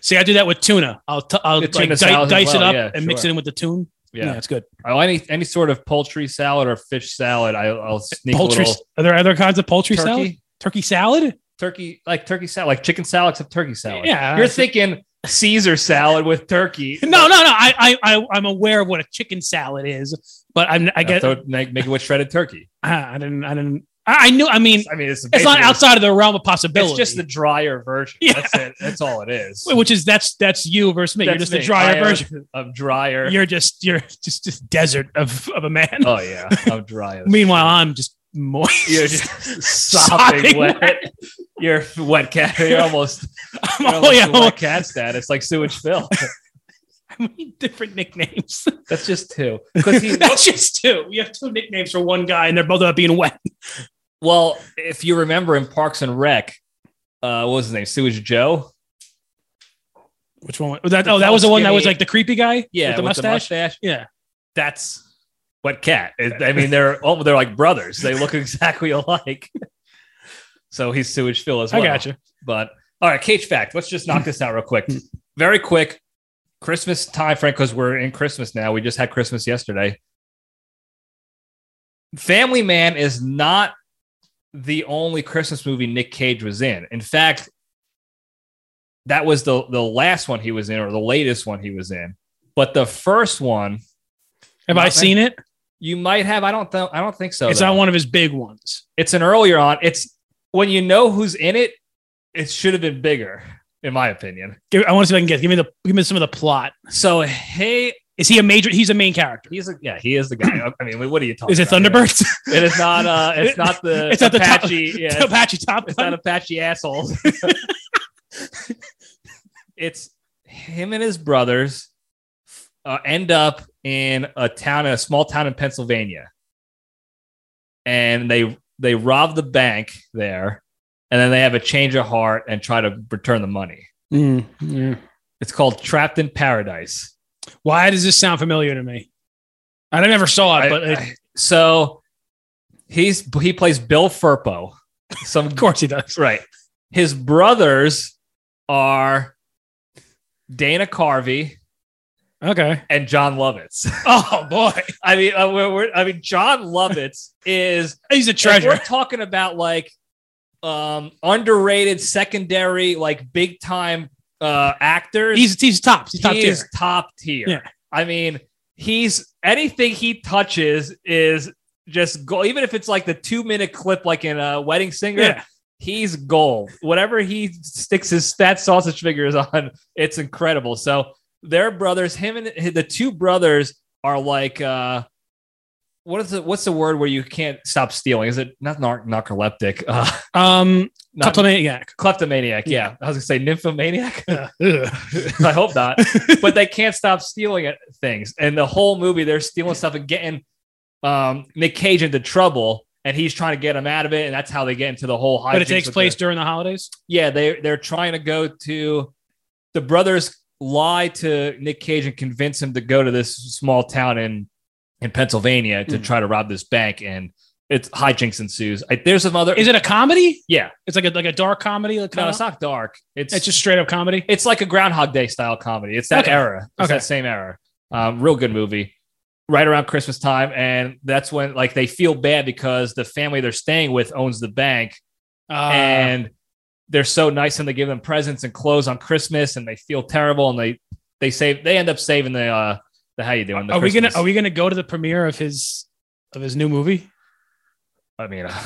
Speaker 1: See, I do that with tuna. I'll t- I'll
Speaker 3: With
Speaker 1: like,
Speaker 3: tuna
Speaker 1: di-
Speaker 3: salad as
Speaker 1: dice it
Speaker 3: well,
Speaker 1: up
Speaker 3: yeah,
Speaker 1: and mix
Speaker 3: sure.
Speaker 1: it in with the tuna. Yeah,
Speaker 3: Yeah.
Speaker 1: it's good.
Speaker 3: Oh, any any sort of poultry salad or fish salad, I, I'll sneak
Speaker 1: Poultry.
Speaker 3: a little
Speaker 1: Are there other kinds of poultry
Speaker 3: turkey,
Speaker 1: salad? Turkey salad?
Speaker 3: turkey like turkey salad, like chicken salad except turkey salad.
Speaker 1: Yeah.
Speaker 3: you're thinking Caesar salad with turkey.
Speaker 1: [laughs] No, no, no. I, I, I, I'm aware of what a chicken salad is, but I'm, I
Speaker 3: I
Speaker 1: get,
Speaker 3: guess
Speaker 1: I,
Speaker 3: make, make it with shredded turkey.
Speaker 1: I didn't, I didn't, I I knew. I mean,
Speaker 3: I mean, it's
Speaker 1: it's not
Speaker 3: basically-
Speaker 1: outside of the realm of
Speaker 3: It's
Speaker 1: possibility.
Speaker 3: just the drier version.
Speaker 1: Yeah.
Speaker 3: That's it. That's all it is.
Speaker 1: which is that's that's you versus me. You're
Speaker 3: That's
Speaker 1: just
Speaker 3: me.
Speaker 1: the drier
Speaker 3: I am-
Speaker 1: version.
Speaker 3: I'm drier.
Speaker 1: You're just you're just just desert of of
Speaker 3: [laughs]
Speaker 1: a man.
Speaker 3: oh yeah, I'm drier.
Speaker 1: Meanwhile, I'm just moist.
Speaker 3: You're
Speaker 1: [laughs]
Speaker 3: just [laughs] sopping
Speaker 1: Sopping
Speaker 3: wet. You're wet cat.
Speaker 1: [laughs]
Speaker 3: You're almost,
Speaker 1: I'm
Speaker 3: you're
Speaker 1: all,
Speaker 3: almost
Speaker 1: Oh, yeah,
Speaker 3: a wet
Speaker 1: [laughs]
Speaker 3: cat status, like sewage Phil.
Speaker 1: how many different nicknames?
Speaker 3: That's just two. Because
Speaker 1: [laughs]
Speaker 3: he
Speaker 1: that's just two. We have two nicknames for one guy, and they're both about being wet.
Speaker 3: Well, if you remember in Parks and Rec, uh, what was his name? Sewage Joe.
Speaker 1: Which one? Was that, oh, that was the one that was like the creepy guy.
Speaker 3: Yeah,
Speaker 1: with the mustache. yeah,
Speaker 3: That's what cat. It- I mean, they're all they're like brothers. They look [laughs] exactly alike. so he's Sewage Phil as well.
Speaker 1: I gotcha.
Speaker 3: But all right, cage fact. Let's just knock this out real quick. Very quick. Christmas time frame because we're in Christmas now. We just had Christmas yesterday. Family Man is not the only Christmas movie Nick Cage was in. In fact, that was the the last one he was in, or the latest one he was in. But the first one
Speaker 1: Have
Speaker 3: Not
Speaker 1: I
Speaker 3: many-
Speaker 1: seen it?
Speaker 3: you might have. I don't. Th- I don't think so.
Speaker 1: it's
Speaker 3: though.
Speaker 1: not one of his big ones.
Speaker 3: It's an earlier on. It's when you know who's in it. It should have been bigger, in my opinion.
Speaker 1: Give, I want to see if I can guess. Give me the give me some of the plot.
Speaker 3: So hey,
Speaker 1: Is he a major? He's a main character.
Speaker 3: he's a, yeah, he is the guy. I mean, what are you talking?
Speaker 1: Is it
Speaker 3: about here?
Speaker 1: Thunderbirds?
Speaker 3: It is not. Uh, it's not the. [laughs] it's
Speaker 1: It's not the top-
Speaker 3: Apache.
Speaker 1: [laughs]
Speaker 3: yeah, it's-
Speaker 1: Apache Top
Speaker 3: it's
Speaker 1: Gun.
Speaker 3: not Apache assholes. [laughs] it's him and his brothers uh, end up in a town, a small town in Pennsylvania, and they they rob the bank there, and then they have a change of heart and try to return the money.
Speaker 1: Mm, yeah.
Speaker 3: It's called Trapped in Paradise.
Speaker 1: Why does this sound familiar to me? I never saw it,
Speaker 3: I-
Speaker 1: but it-
Speaker 3: I- so he's he plays Bill Furpo. Some [laughs]
Speaker 1: of course he does.
Speaker 3: right. His brothers are Dana Carvey
Speaker 1: Okay.
Speaker 3: and John Lovitz.
Speaker 1: [laughs]
Speaker 3: [laughs]
Speaker 1: Oh boy,
Speaker 3: I mean, uh, we're, we're- I mean, John Lovitz is
Speaker 1: he's a
Speaker 3: if
Speaker 1: treasure.
Speaker 3: We're talking about like um underrated secondary, like big time uh actors.
Speaker 1: He's he's tops. He's top
Speaker 3: he
Speaker 1: tier.
Speaker 3: is top tier.
Speaker 1: Yeah.
Speaker 3: I mean, he's anything he touches is just gold. Even if it's like the two minute clip, like in a wedding singer,
Speaker 1: Yeah.
Speaker 3: he's gold. Whatever he sticks his fat sausage fingers [laughs] on, it's incredible. So their brothers, him and hi- the two brothers are like, uh, what is the what's the word where you can't stop stealing? Is it not nar- narcoleptic? Uh, [laughs]
Speaker 1: Um,
Speaker 3: Not,
Speaker 1: Kleptomaniac.
Speaker 3: kleptomaniac. Yeah. I was gonna say nymphomaniac. [laughs]
Speaker 1: [laughs] Ugh.
Speaker 3: I hope not. but they can't stop stealing it- things. And the whole movie, they're stealing stuff and getting um, Nick Cage into trouble. And he's trying to get him out of it, and that's how they get into the whole.
Speaker 1: But it
Speaker 3: hijinks
Speaker 1: takes
Speaker 3: with
Speaker 1: place
Speaker 3: the-
Speaker 1: during the holidays.
Speaker 3: yeah, they they're trying to go to. The brothers lie to Nick Cage and convince him to go to this small town in in Pennsylvania to
Speaker 1: Mhm.
Speaker 3: try to rob this bank, and it's hijinks ensues. I, there's some other.
Speaker 1: Is it a comedy?
Speaker 3: Yeah.
Speaker 1: It's like a like a dark comedy. Like
Speaker 3: No,
Speaker 1: kinda-
Speaker 3: it's not dark. It's
Speaker 1: it's just straight up comedy.
Speaker 3: it's like a Groundhog Day style comedy. It's that
Speaker 1: Okay.
Speaker 3: era. It's
Speaker 1: Okay.
Speaker 3: that same era. Um, real good movie. Right around Christmas time, and that's when like they feel bad because the family they're staying with owns the bank,
Speaker 1: Uh,
Speaker 3: and they're so nice and they give them presents and clothes on Christmas, and they feel terrible, and they they save they end up saving the uh the how you doing. The
Speaker 1: are we gonna
Speaker 3: Christmas.
Speaker 1: are we gonna go to the premiere of his of his new movie?
Speaker 3: I mean, uh,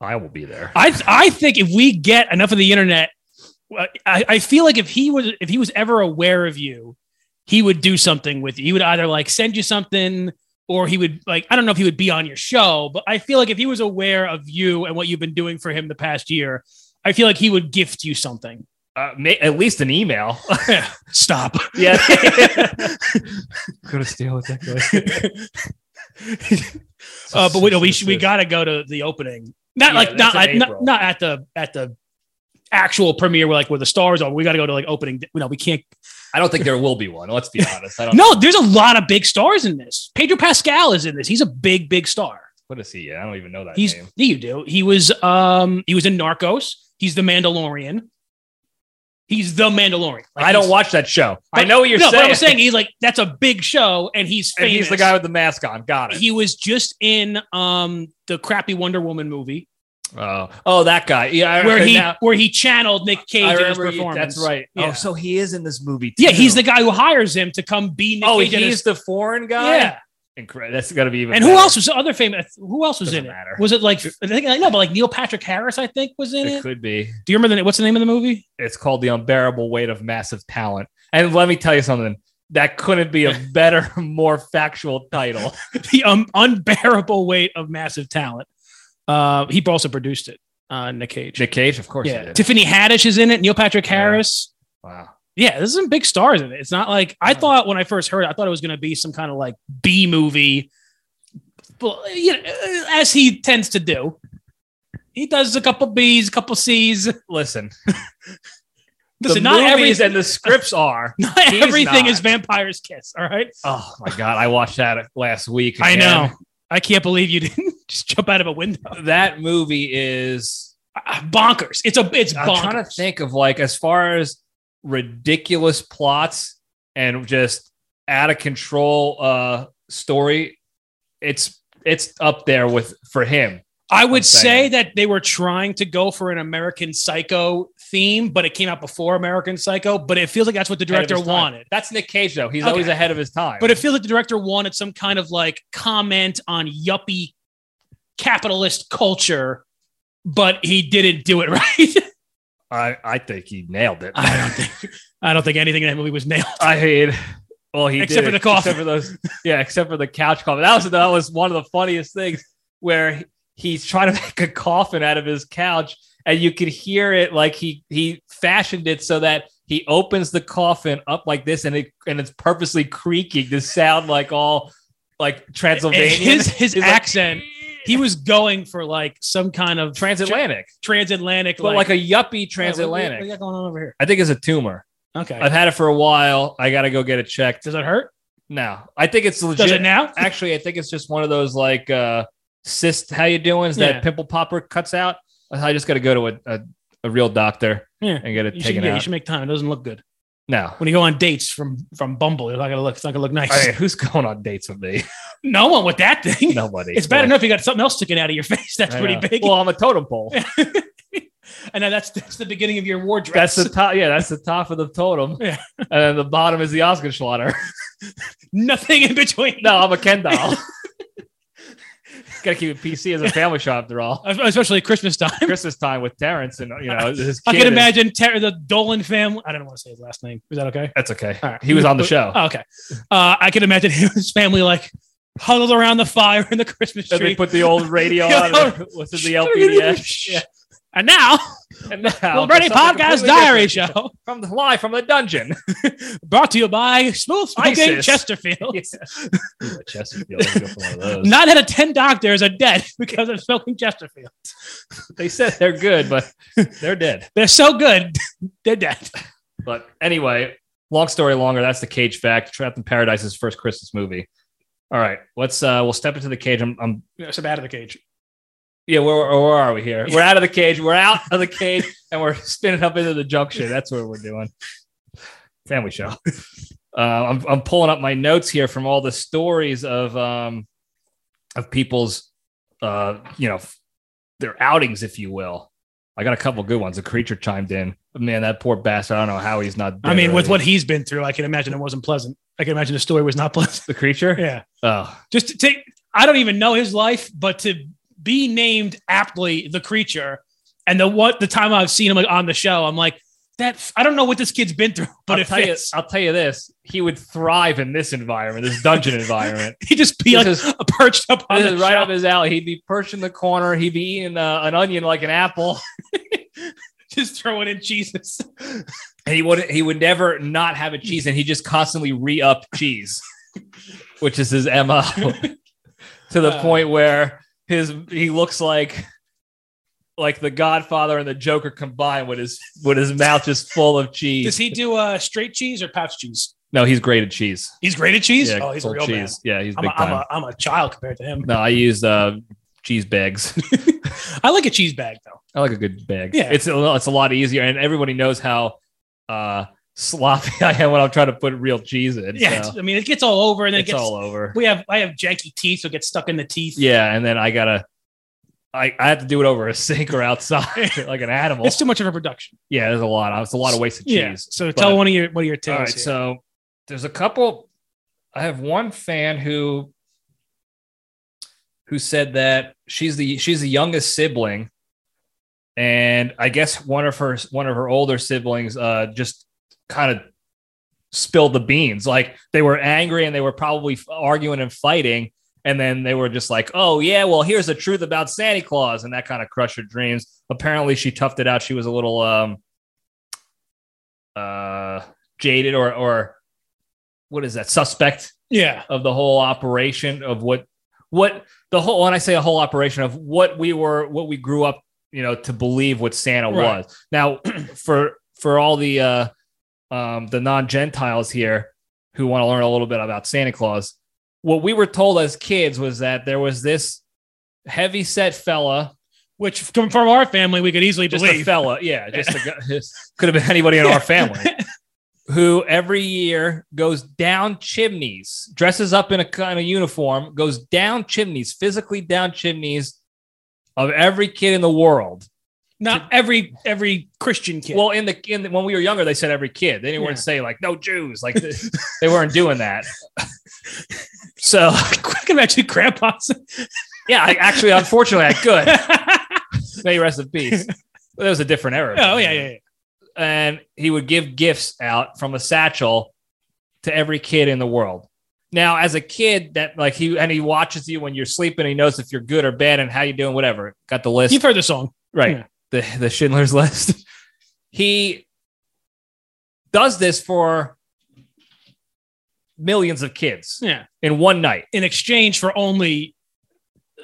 Speaker 3: I will be there.
Speaker 1: I I think if we get enough of the internet, I, I feel like if he was if he was ever aware of you, he would do something with you. He would either like send you something or he would like I don't know if he would be on your show, but I feel like if he was aware of you and what you've been doing for him the past year, I feel like he would gift you something.
Speaker 3: Uh, may, at least an
Speaker 1: [laughs]
Speaker 3: email.
Speaker 1: Stop.
Speaker 3: yeah. Go to steal it. [laughs]
Speaker 1: Uh, but we, we should, we gotta go to the opening. Not
Speaker 3: Yeah,
Speaker 1: like
Speaker 3: that's
Speaker 1: not
Speaker 3: in
Speaker 1: like not,
Speaker 3: April.
Speaker 1: not at the at the actual premiere where like where the stars are. We gotta go to like opening. No, we can't.
Speaker 3: I don't think there will be one. Let's be honest. I don't.
Speaker 1: No, there's a lot of big stars in this. Pedro Pascal is in this. He's a big big star.
Speaker 3: What is he? in? I don't even know that
Speaker 1: He's
Speaker 3: name.
Speaker 1: you do. He was um he was in Narcos. He's the Mandalorian. He's the Mandalorian. Like,
Speaker 3: I don't
Speaker 1: he's-
Speaker 3: watch that show. I
Speaker 1: But-
Speaker 3: know what you're
Speaker 1: no,
Speaker 3: saying.
Speaker 1: but I'm saying he's like that's a big show, and he's
Speaker 3: And
Speaker 1: famous.
Speaker 3: he's the guy with the mask on. Got it.
Speaker 1: He was just in um the crappy Wonder Woman movie.
Speaker 3: Oh, oh, that guy. Yeah, I,
Speaker 1: where he
Speaker 3: now-
Speaker 1: where he channeled Nick
Speaker 3: I
Speaker 1: Cage in his
Speaker 3: remember you-
Speaker 1: performance.
Speaker 3: That's right.
Speaker 1: Yeah.
Speaker 3: Oh, so he is in this movie. Too.
Speaker 1: Yeah, he's the guy who hires him to come be Nick
Speaker 3: Oh,
Speaker 1: Cage. in
Speaker 3: he's
Speaker 1: his-
Speaker 3: the foreign guy.
Speaker 1: yeah.
Speaker 3: Incredible. That's got to be even.
Speaker 1: And who
Speaker 3: better.
Speaker 1: else was the other famous? Who else was
Speaker 3: Doesn't
Speaker 1: in it?
Speaker 3: matter.
Speaker 1: Was it like I think I know, but like Neil Patrick Harris, I think, was in
Speaker 3: It
Speaker 1: it.
Speaker 3: could be.
Speaker 1: Do you remember the what's the name of the movie? [laughs]
Speaker 3: It's called the unbearable weight of massive talent. And let me tell you something. That couldn't be
Speaker 1: [laughs]
Speaker 3: a better, more factual title.
Speaker 1: the um, unbearable weight of massive talent. Uh, he also produced it. Uh, Nick Cage.
Speaker 3: Nick Cage, of course. he
Speaker 1: yeah,
Speaker 3: did.
Speaker 1: Tiffany Haddish is in it. Neil Patrick Harris.
Speaker 3: Wow.
Speaker 1: Yeah, there's some big stars in it. It's not like I
Speaker 3: Wow.
Speaker 1: thought when I first heard it, I thought it was going to be some kind of like B movie. But you know, uh, as he tends to do, he does a couple B's, a couple C's.
Speaker 3: Listen,
Speaker 1: Listen,
Speaker 3: the
Speaker 1: not every,
Speaker 3: movies and the
Speaker 1: [laughs]
Speaker 3: scripts are.
Speaker 1: not
Speaker 3: he's
Speaker 1: everything
Speaker 3: not.
Speaker 1: is Vampire's Kiss. All right,
Speaker 3: Oh my god, I watched that last week.
Speaker 1: I know.
Speaker 3: again.
Speaker 1: I can't believe you didn't [laughs] just jump out of a window.
Speaker 3: that movie is.
Speaker 1: Uh, Bonkers! It's a it's
Speaker 3: I'm
Speaker 1: bonkers.
Speaker 3: trying to think of like as far as ridiculous plots and just out of control uh story. It's it's up there with for him.
Speaker 1: I would
Speaker 3: I'm saying.
Speaker 1: say that they were trying to go for an American Psycho theme, but it came out before American Psycho. But it feels like that's what the
Speaker 3: Ahead of
Speaker 1: director
Speaker 3: his time.
Speaker 1: wanted.
Speaker 3: That's Nick Cage though. He's
Speaker 1: Okay.
Speaker 3: always ahead of his time.
Speaker 1: But it feels like the director wanted some kind of like comment on yuppie capitalist culture, but he didn't do it [laughs] right.
Speaker 3: I I think he nailed it.
Speaker 1: I don't
Speaker 3: [laughs]
Speaker 1: think I don't think anything in that movie was nailed.
Speaker 3: I hate. Well, he did
Speaker 1: Except for
Speaker 3: it,
Speaker 1: the cough.
Speaker 3: Except for those, yeah, except for the couch coffin. That was that was one of the funniest things where he- he's trying to [laughs] make a coffin out of his couch, and you could hear it like he he fashioned it so that he opens the coffin up like this, and it and it's purposely creaking to sound like all like Transylvanian.
Speaker 1: His his
Speaker 3: He's like,
Speaker 1: accent, he was going for like some kind of
Speaker 3: transatlantic,
Speaker 1: transatlantic,
Speaker 3: but like, a yuppie transatlantic.
Speaker 1: What, what, what you got going on over here?
Speaker 3: I think it's a tumor.
Speaker 1: Okay,
Speaker 3: I've had it for a while. I got to go get it checked.
Speaker 1: does it hurt?
Speaker 3: No, I think it's legit.
Speaker 1: Does it now?
Speaker 3: actually i think it's just one of those like uh cyst how you doings that
Speaker 1: Yeah.
Speaker 3: pimple popper cuts out i just gotta go to a, a, a real doctor
Speaker 1: [laughs] Yeah.
Speaker 3: and get it
Speaker 1: You should,
Speaker 3: taken
Speaker 1: yeah, you
Speaker 3: out
Speaker 1: should make time. It doesn't look good. [laughs]
Speaker 3: no
Speaker 1: when you go on dates from from Bumble, it's not gonna look it's not gonna look nice.
Speaker 3: I mean, who's going on dates with me
Speaker 1: [laughs] No one with that thing.
Speaker 3: nobody
Speaker 1: [laughs] It's bad enough you got something else sticking out of your [laughs] face. That's
Speaker 3: I
Speaker 1: pretty
Speaker 3: know.
Speaker 1: big.
Speaker 3: well i'm a totem
Speaker 1: [laughs]
Speaker 3: pole
Speaker 1: and then that's that's the beginning of your war
Speaker 3: that's
Speaker 1: dress.
Speaker 3: the top yeah that's the top of the totem
Speaker 1: Yeah.
Speaker 3: and then the bottom is the oscar schlatter
Speaker 1: [laughs] nothing in between.
Speaker 3: [laughs] no i'm a ken
Speaker 1: [laughs]
Speaker 3: doll gotta keep it pc as a family show after
Speaker 1: [laughs]
Speaker 3: all
Speaker 1: especially Christmas time.
Speaker 3: christmas time with terrence and you know his
Speaker 1: I
Speaker 3: kid
Speaker 1: can
Speaker 3: is-
Speaker 1: imagine Ter- the Dolan family. I don't want to say his last name. Is that okay?
Speaker 3: that's okay
Speaker 1: All right.
Speaker 3: he was on the show
Speaker 1: Oh, okay, uh, I can imagine him, and his family like huddled around the fire in the Christmas
Speaker 3: And [laughs] they
Speaker 1: tree. [laughs]
Speaker 3: put the old radio on. and- What's in the LPDS?
Speaker 1: And now,
Speaker 3: And now,
Speaker 1: Will Bernie
Speaker 3: to something
Speaker 1: Podcast
Speaker 3: completely
Speaker 1: Diary
Speaker 3: different.
Speaker 1: Show,
Speaker 3: from the, live from the dungeon. [laughs]
Speaker 1: brought to you by Smooth Smoking
Speaker 3: ISIS.
Speaker 1: Chesterfield.
Speaker 3: Yes. Chesterfield. go for one of those.
Speaker 1: Nine out of ten doctors are dead [laughs] because of smoking Chesterfield.
Speaker 3: They said they're good, but they're dead.
Speaker 1: They're so good, [laughs] they're dead.
Speaker 3: But anyway, long story longer. That's the cage fact. Trapped in Paradise's first Christmas movie. All right, let's uh we'll step into the cage. I'm, I'm
Speaker 1: Yeah, so out of the cage.
Speaker 3: yeah. Where, where are we
Speaker 1: [laughs]
Speaker 3: here? We're out of the cage. We're out of the cage, and we're [laughs] spinning up into the junction. That's what we're doing. Family
Speaker 1: [laughs]
Speaker 3: show. Uh, I'm I'm pulling up my notes here from all the stories of um of people's uh you know their outings, if you will. I got a couple good ones. A creature chimed in. Man, that poor bastard. I don't know how he's not. dead
Speaker 1: I mean, with
Speaker 3: already.
Speaker 1: what he's been through, I can imagine it wasn't pleasant. I can imagine the story was not [laughs] pleasant.
Speaker 3: the creature.
Speaker 1: Yeah.
Speaker 3: Oh,
Speaker 1: Just to take, I don't even know his life, but to be named aptly the creature and the what the time I've seen him like, on the show, I'm like, that I don't know what this kid's been through, but
Speaker 3: but
Speaker 1: it
Speaker 3: I'll tell, you,
Speaker 1: fits.
Speaker 3: I'll tell you this: he would thrive in this environment, this dungeon
Speaker 1: [laughs]
Speaker 3: environment.
Speaker 1: he just be
Speaker 3: This
Speaker 1: like
Speaker 3: is-
Speaker 1: perched up on
Speaker 3: This
Speaker 1: the
Speaker 3: is right
Speaker 1: shelf.
Speaker 3: up his alley. He'd be perched in the corner. He'd be eating uh, an onion like an apple, [laughs]
Speaker 1: just throwing in Jesus.
Speaker 3: and he would he would never not have a cheese, and he just constantly re up cheese, [laughs] which is his mo. [laughs] to the
Speaker 1: Uh.
Speaker 3: point where his he looks like like the Godfather and the Joker combined, with his with his mouth just full of cheese.
Speaker 1: Does he do uh, straight cheese or pouch cheese?
Speaker 3: no, he's grated cheese.
Speaker 1: He's great at cheese.
Speaker 3: yeah,
Speaker 1: oh, he's a
Speaker 3: full
Speaker 1: real man.
Speaker 3: cheese. Yeah, he's
Speaker 1: I'm
Speaker 3: big
Speaker 1: a,
Speaker 3: time.
Speaker 1: I'm, a, I'm a child compared to him.
Speaker 3: No, I used uh, cheese bags.
Speaker 1: I like a cheese bag though.
Speaker 3: I like a good bag.
Speaker 1: Yeah.
Speaker 3: it's a, it's a lot easier, and everybody knows how uh, sloppy [laughs] I am when I'm trying to put real cheese in.
Speaker 1: yeah,
Speaker 3: so
Speaker 1: it's- I mean it gets all over and
Speaker 3: uh,
Speaker 1: then
Speaker 3: it's
Speaker 1: it gets
Speaker 3: all over.
Speaker 1: we have I have janky teeth, so it gets stuck in the teeth.
Speaker 3: Yeah, and then I gotta, I I have to do it over a sink or outside
Speaker 1: [laughs]
Speaker 3: like an animal.
Speaker 1: It's too much of a production.
Speaker 3: Yeah, there's a lot. It's a lot of wasted cheese.
Speaker 1: Yeah. So tell
Speaker 3: But-
Speaker 1: one of your one of your
Speaker 3: All
Speaker 1: tales.
Speaker 3: right,
Speaker 1: here.
Speaker 3: so there's a couple. I have one fan who who said that she's the she's the youngest sibling, and I guess one of her one of her older siblings uh, just kind of spilled the beans. Like they were angry and they were probably f- arguing and fighting, and then they were just like, "Oh yeah, well here's the truth about Santa Claus," and that kind of crushed her dreams. Apparently, she toughed it out. She was a little um uh jaded or or what is that suspect
Speaker 1: yeah.
Speaker 3: of the whole operation of what what the whole when I say a whole operation of what we were what we grew up you know to believe what Santa
Speaker 1: Right.
Speaker 3: was. Now [clears throat] for for all the uh um the non-gentiles here who want to learn a little bit about Santa Claus, what we were told as kids was that there was this heavy set fella
Speaker 1: Which from, from our family we could easily
Speaker 3: just a
Speaker 1: believe.
Speaker 3: fella,
Speaker 1: [laughs]
Speaker 3: yeah, just a gu- could have been anybody in
Speaker 1: Yeah.
Speaker 3: our
Speaker 1: [laughs]
Speaker 3: family who every year goes down chimneys, dresses up in a kind of uniform, goes down chimneys, physically down chimneys of every kid in the world.
Speaker 1: Not every every Christian kid.
Speaker 3: Well, in the in the, when we were younger, they said every kid. They didn't
Speaker 1: Yeah.
Speaker 3: say like no Jews,
Speaker 1: [laughs]
Speaker 3: like th- they weren't doing that. so
Speaker 1: I [laughs] can imagine grandpa's [laughs]
Speaker 3: yeah, I, actually, unfortunately, I could.
Speaker 1: Oh
Speaker 3: May rest in peace. That was a different
Speaker 1: [laughs]
Speaker 3: era.
Speaker 1: yeah, yeah, yeah.
Speaker 3: and he would give gifts out from a satchel to every kid in the world. Now, as a kid, that like he and he watches you when you're sleeping. He knows if you're good or bad and how you doing, whatever. Got the list
Speaker 1: You've heard the song.
Speaker 3: right? The the Schindler's [laughs] List. He does this for millions of kids
Speaker 1: Yeah.
Speaker 3: in one night.
Speaker 1: In exchange for only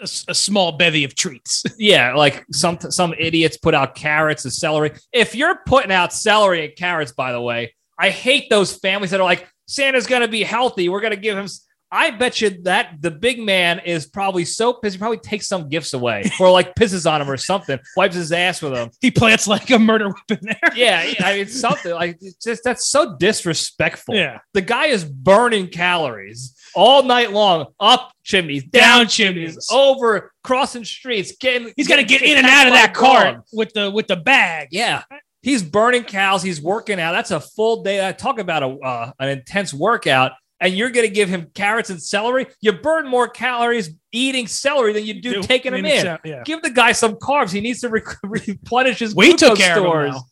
Speaker 1: a, s- a small bevy of treats. [laughs]
Speaker 3: Yeah, like some some idiots put out carrots and celery. If you're putting out celery and carrots, by the way, I hate those families that are like Santa's going to be healthy. We're going to give him. s-" I bet you that the big man is probably so pissed. He probably takes some gifts
Speaker 1: [laughs]
Speaker 3: away or like pisses on him or something, wipes his ass with him.
Speaker 1: He plants like a murder weapon there.
Speaker 3: [laughs] Yeah, yeah, I mean something like it's just that's so disrespectful.
Speaker 1: Yeah.
Speaker 3: The guy is burning calories all night long, up chimneys, down,
Speaker 1: Down chimneys.
Speaker 3: chimneys, Oh, over crossing streets, getting
Speaker 1: He's got to get in and
Speaker 3: attacked
Speaker 1: out of
Speaker 3: by
Speaker 1: that cart
Speaker 3: dogs.
Speaker 1: with the with the bag.
Speaker 3: Yeah. He's burning cows. He's working out. That's a full day. I talk about a, uh, an intense workout. And you're going to give him carrots and celery. You burn more calories eating celery than you do
Speaker 1: Dude,
Speaker 3: taking
Speaker 1: I
Speaker 3: them
Speaker 1: mean,
Speaker 3: in.
Speaker 1: it's, uh, Yeah.
Speaker 3: Give the guy some carbs. He needs to re- [laughs] replenish his
Speaker 1: We took
Speaker 3: glucose
Speaker 1: care
Speaker 3: stores.
Speaker 1: of him. now.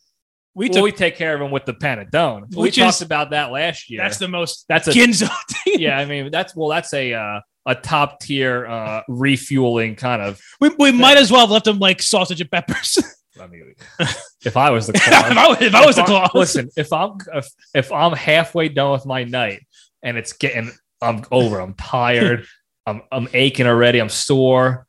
Speaker 3: We,
Speaker 1: We
Speaker 3: well,
Speaker 1: took
Speaker 3: we take care of him with the pantadone. We
Speaker 1: Which
Speaker 3: talked
Speaker 1: is-
Speaker 3: about that last year.
Speaker 1: that's the most
Speaker 3: that's a
Speaker 1: [laughs] Ginzo
Speaker 3: [laughs]
Speaker 1: thing.
Speaker 3: yeah. I mean, that's well, that's a uh, a top tier uh, refueling kind of
Speaker 1: We, we might as well have left him like sausage and peppers. [laughs]
Speaker 3: I mean, if I was the clown,
Speaker 1: if I, was- if I was the
Speaker 3: I'm-
Speaker 1: claw,
Speaker 3: Listen, if I'm if, if I'm halfway done with my night and it's getting I'm over, I'm
Speaker 1: [laughs]
Speaker 3: tired, I'm I'm aching already, I'm sore,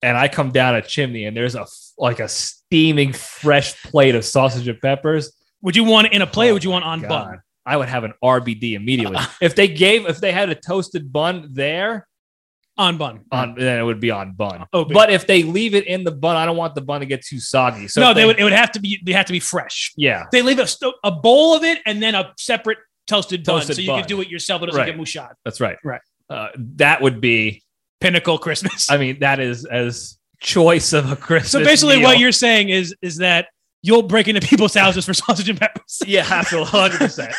Speaker 3: and I come down a chimney and there's a f- like a steaming fresh plate of sausage and peppers.
Speaker 1: would you want it in a play? or
Speaker 3: Oh
Speaker 1: would you want
Speaker 3: my
Speaker 1: on
Speaker 3: God,
Speaker 1: bun?
Speaker 3: I would have an RBD
Speaker 1: [laughs]
Speaker 3: immediately. if they gave if they had a toasted bun there,
Speaker 1: On bun. Oh,
Speaker 3: on then it would be on bun.
Speaker 1: Open.
Speaker 3: But if they leave it in the bun, I don't want the bun to get too soggy. So
Speaker 1: no,
Speaker 3: if
Speaker 1: they would. It would have to be. They have to be fresh.
Speaker 3: Yeah.
Speaker 1: They leave a, sto- a bowl of it and then a separate toasted bun,
Speaker 3: Toasted
Speaker 1: so you
Speaker 3: bun.
Speaker 1: can do it yourself. It doesn't
Speaker 3: Right.
Speaker 1: get mouchad.
Speaker 3: That's right.
Speaker 1: Right.
Speaker 3: Uh, that would be.
Speaker 1: Pinnacle Christmas.
Speaker 3: I mean, that is as choice of a Christmas.
Speaker 1: [laughs] so basically,
Speaker 3: meal.
Speaker 1: what you're saying is is that you'll break into people's houses for [laughs] sausage and peppers.
Speaker 3: [laughs] yeah, absolutely, hundred percent.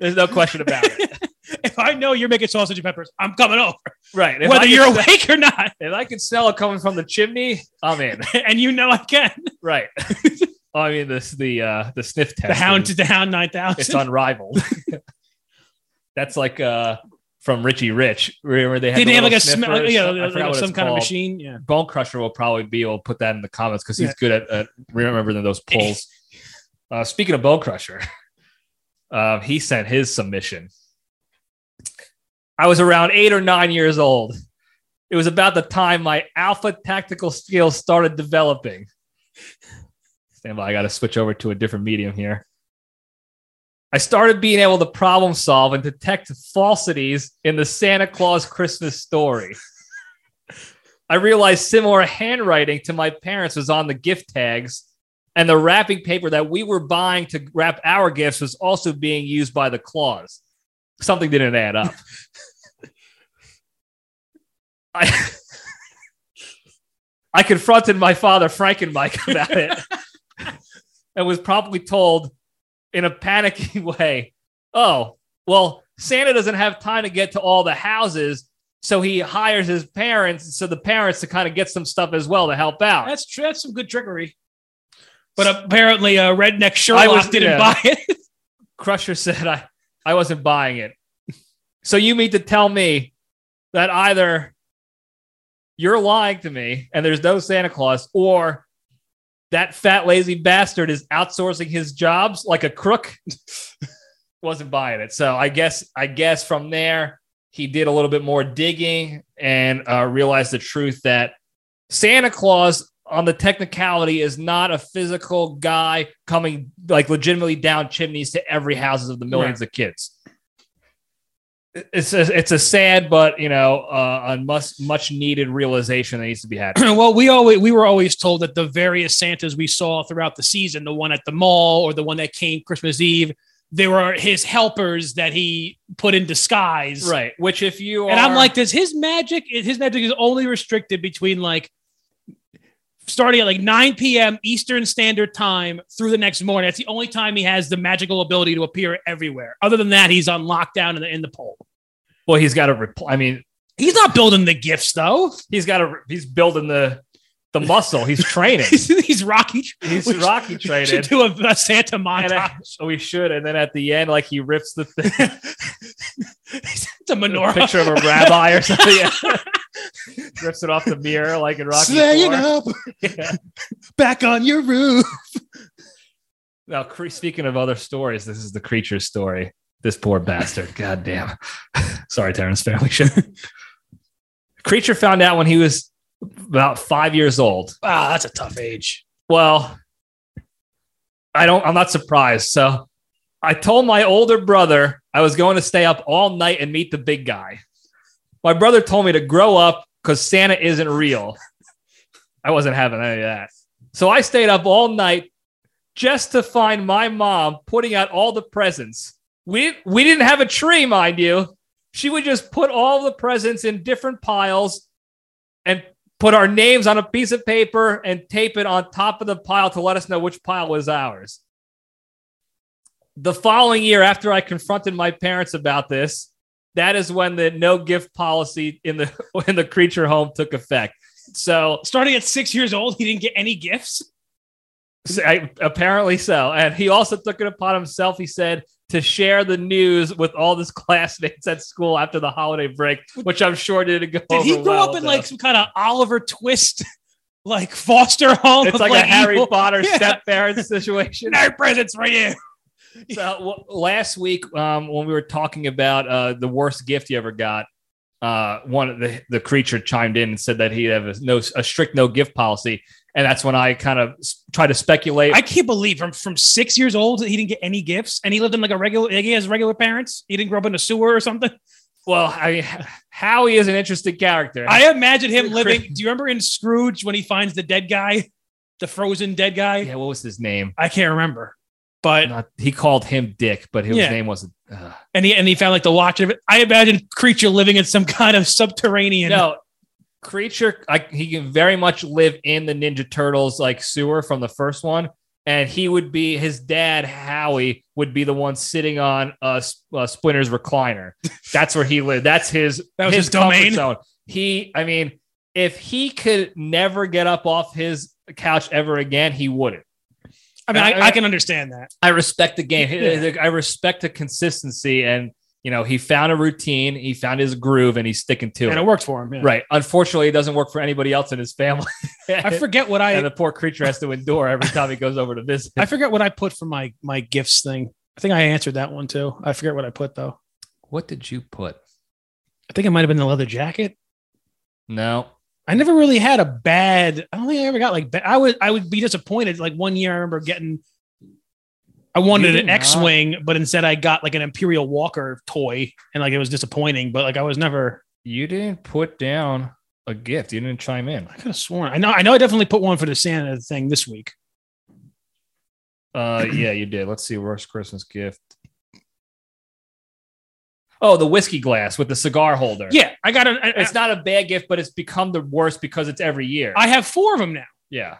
Speaker 3: There's no question about
Speaker 1: [laughs]
Speaker 3: it.
Speaker 1: if I know you're making sausage and peppers, I'm coming over,
Speaker 3: Right. If I
Speaker 1: whether
Speaker 3: could
Speaker 1: you're
Speaker 3: smell-
Speaker 1: awake or not, [laughs]
Speaker 3: if I can smell it coming from the chimney, I'm in.
Speaker 1: and you know I can.
Speaker 3: Right. I mean, this the uh, the sniff test.
Speaker 1: The hound
Speaker 3: is-
Speaker 1: to the hound nine
Speaker 3: it's
Speaker 1: thousand.
Speaker 3: unrivaled. [laughs] That's like uh, from Richie Rich. Remember they had
Speaker 1: They
Speaker 3: the
Speaker 1: didn't have like
Speaker 3: little
Speaker 1: a smell,
Speaker 3: sniffers?
Speaker 1: yeah,
Speaker 3: I
Speaker 1: like
Speaker 3: forgot what
Speaker 1: some
Speaker 3: it's
Speaker 1: kind of
Speaker 3: called.
Speaker 1: machine. Yeah,
Speaker 3: Bone Crusher will probably be. We'll put that in the comments because he's
Speaker 1: Yeah.
Speaker 3: good at, at remembering those polls. uh, speaking of Bone Crusher, [laughs] uh, he sent his submission. I was around eight or nine years old. It was about the time my alpha tactical skills started developing. Stand by, I got to switch over to a different medium here. I started being able to problem solve and detect falsities in the Santa Claus Christmas story. I realized similar handwriting to my parents was on the gift tags, and the wrapping paper that we were buying to wrap our gifts was also being used by the claws. Something didn't add up. I, I confronted my father, Frank and Mike, about it and was probably told in a panicky [laughs] way, Oh, well, Santa doesn't have time to get to all the houses. So he hires his parents, so the parents to kind of get some stuff as well to help out.
Speaker 1: that's tr- that's some good trickery. But apparently, uh, redneck Sherlock
Speaker 3: I was- yeah.
Speaker 1: didn't buy it.
Speaker 3: Crusher said I, I wasn't buying it. So you mean to tell me that either you're lying to me and there's no Santa Claus, or that fat lazy bastard is outsourcing his jobs like a crook? [laughs] wasn't buying it. So I guess I guess from there he did a little bit more digging and uh, realized the truth that Santa Claus on the technicality is not a physical guy coming like legitimately down chimneys to every houses of the millions of kids. It's a, it's a sad but you know uh, a must much needed realization that needs to be had.
Speaker 1: [laughs] well, we always we were always told that the various Santas we saw throughout the season, the one at the mall or the one that came Christmas Eve, they were his helpers that he put in disguise.
Speaker 3: [clears throat] right, which if you are,
Speaker 1: And I'm like, does his magic? His magic is only restricted between like starting at like 9 p.m. Eastern Standard Time through the next morning. That's the only time he has the magical ability to appear everywhere. Other than that, he's on lockdown in the, in the pole.
Speaker 3: well, he's got to. Repl- I mean,
Speaker 1: He's not building the gifts though. [laughs]
Speaker 3: he's got to. He's building the the muscle. [laughs] He's training.
Speaker 1: he's, he's Rocky.
Speaker 3: He's
Speaker 1: we should-
Speaker 3: Rocky
Speaker 1: we Should
Speaker 3: traded.
Speaker 1: do a, a Santa montage.
Speaker 3: And I- we should. And then at the end, like he rips the [laughs] thing,
Speaker 1: [laughs] it's a
Speaker 3: a
Speaker 1: menorah.
Speaker 3: picture of a rabbi or something. [laughs] Yeah. rips it off the mirror, like in Rocky.
Speaker 1: Staying
Speaker 3: Four.
Speaker 1: up
Speaker 3: [laughs] Yeah.
Speaker 1: back on your roof.
Speaker 3: Now, cre- speaking of other stories, this is the creature story. This poor bastard. [laughs] God damn. Sorry, Terrence Family [laughs] Show. creature found out when he was about five years old.
Speaker 1: Ah, that's a tough age.
Speaker 3: Well, I don't. I'm not surprised. So, I told my older brother I was going to stay up all night and meet the big guy. My brother told me to grow up because Santa isn't real. I wasn't having any of that. So I stayed up all night just to find my mom putting out all the presents. We we didn't have a tree, mind you. She would just put all the presents in different piles and put our names on a piece of paper and tape it on top of the pile to let us know which pile was ours. The following year, after I confronted my parents about this, that is when the no gift policy in the [laughs] in the creature home took effect. So
Speaker 1: Starting at six years old, he didn't get any gifts.
Speaker 3: so, I, apparently so. And he also took it upon himself, he said, to share the news with all his [laughs] classmates at school after the holiday break, which I'm sure didn't go.
Speaker 1: Did he
Speaker 3: over
Speaker 1: grow
Speaker 3: well
Speaker 1: up in
Speaker 3: though.
Speaker 1: like some kind of Oliver Twist [laughs] like foster home.
Speaker 3: It's
Speaker 1: of,
Speaker 3: like, a Harry [laughs]
Speaker 1: evil-
Speaker 3: Potter
Speaker 1: [laughs] Yeah.
Speaker 3: step parent situation.
Speaker 1: No presents for you.
Speaker 3: So w- last week, um, when we were talking about uh, the worst gift you ever got, uh, one of the the creature chimed in and said that he'd have a no a strict no gift policy, and that's when I kind of s- try to speculate.
Speaker 1: I can't believe from from six years old he didn't get any gifts, and he lived in like a regular. Like he has regular parents. He didn't grow up in a sewer or something.
Speaker 3: well, I, Howie is an interesting character. [laughs]
Speaker 1: I imagine him living. Do you remember in Scrooge when he finds the dead guy, the frozen dead guy?
Speaker 3: yeah, what was his name?
Speaker 1: I can't remember, but
Speaker 3: Not, he called him Dick, but his
Speaker 1: Yeah.
Speaker 3: name wasn't. Uh,
Speaker 1: and he and he found like the watch of it. I imagine creature living in some [laughs] kind of subterranean.
Speaker 3: no, creature. I, he can very much live in the Ninja Turtles like sewer from the first one, and he would be his dad Howie would be the one sitting on uh, S- uh, Splinter's recliner. That's where he lived. That's his.
Speaker 1: [laughs] That was his
Speaker 3: comfort
Speaker 1: domain.
Speaker 3: Zone. He. I mean, if he could never get up off his couch ever again, he wouldn't.
Speaker 1: I mean I,
Speaker 3: I-
Speaker 1: I can understand that.
Speaker 3: I respect the game.
Speaker 1: Yeah.
Speaker 3: I respect the consistency, and you know, he found a routine. He found his groove, and he's sticking to
Speaker 1: and
Speaker 3: it.
Speaker 1: it worked for him. yeah.
Speaker 3: Right. Unfortunately, it doesn't work for anybody else in his [laughs] family.
Speaker 1: I forget what
Speaker 3: and
Speaker 1: I
Speaker 3: the poor creature has to endure every time he goes over to visit.
Speaker 1: I forget what I put for my my gifts thing. I think I answered that one too. I forget what I put though.
Speaker 3: what did you put?
Speaker 1: I think it might have been the leather jacket.
Speaker 3: No.
Speaker 1: I never really had a bad. I don't think I ever got like bad. I would I would be disappointed. Like one year, I remember getting. I wanted
Speaker 3: did
Speaker 1: an
Speaker 3: not.
Speaker 1: X-wing, but instead I got like an Imperial Walker toy, and like it was disappointing. But like I was never.
Speaker 3: You didn't put down a gift. You didn't chime in.
Speaker 1: I could have sworn. I know. I know. I definitely put one for the Santa thing this week.
Speaker 3: Uh yeah, you did. Let's see. Worst Christmas gift. Oh, the whiskey glass with the cigar holder.
Speaker 1: Yeah, I got an. I,
Speaker 3: It's not a bad gift, but it's become the worst because it's every year.
Speaker 1: I have four of them now.
Speaker 3: yeah.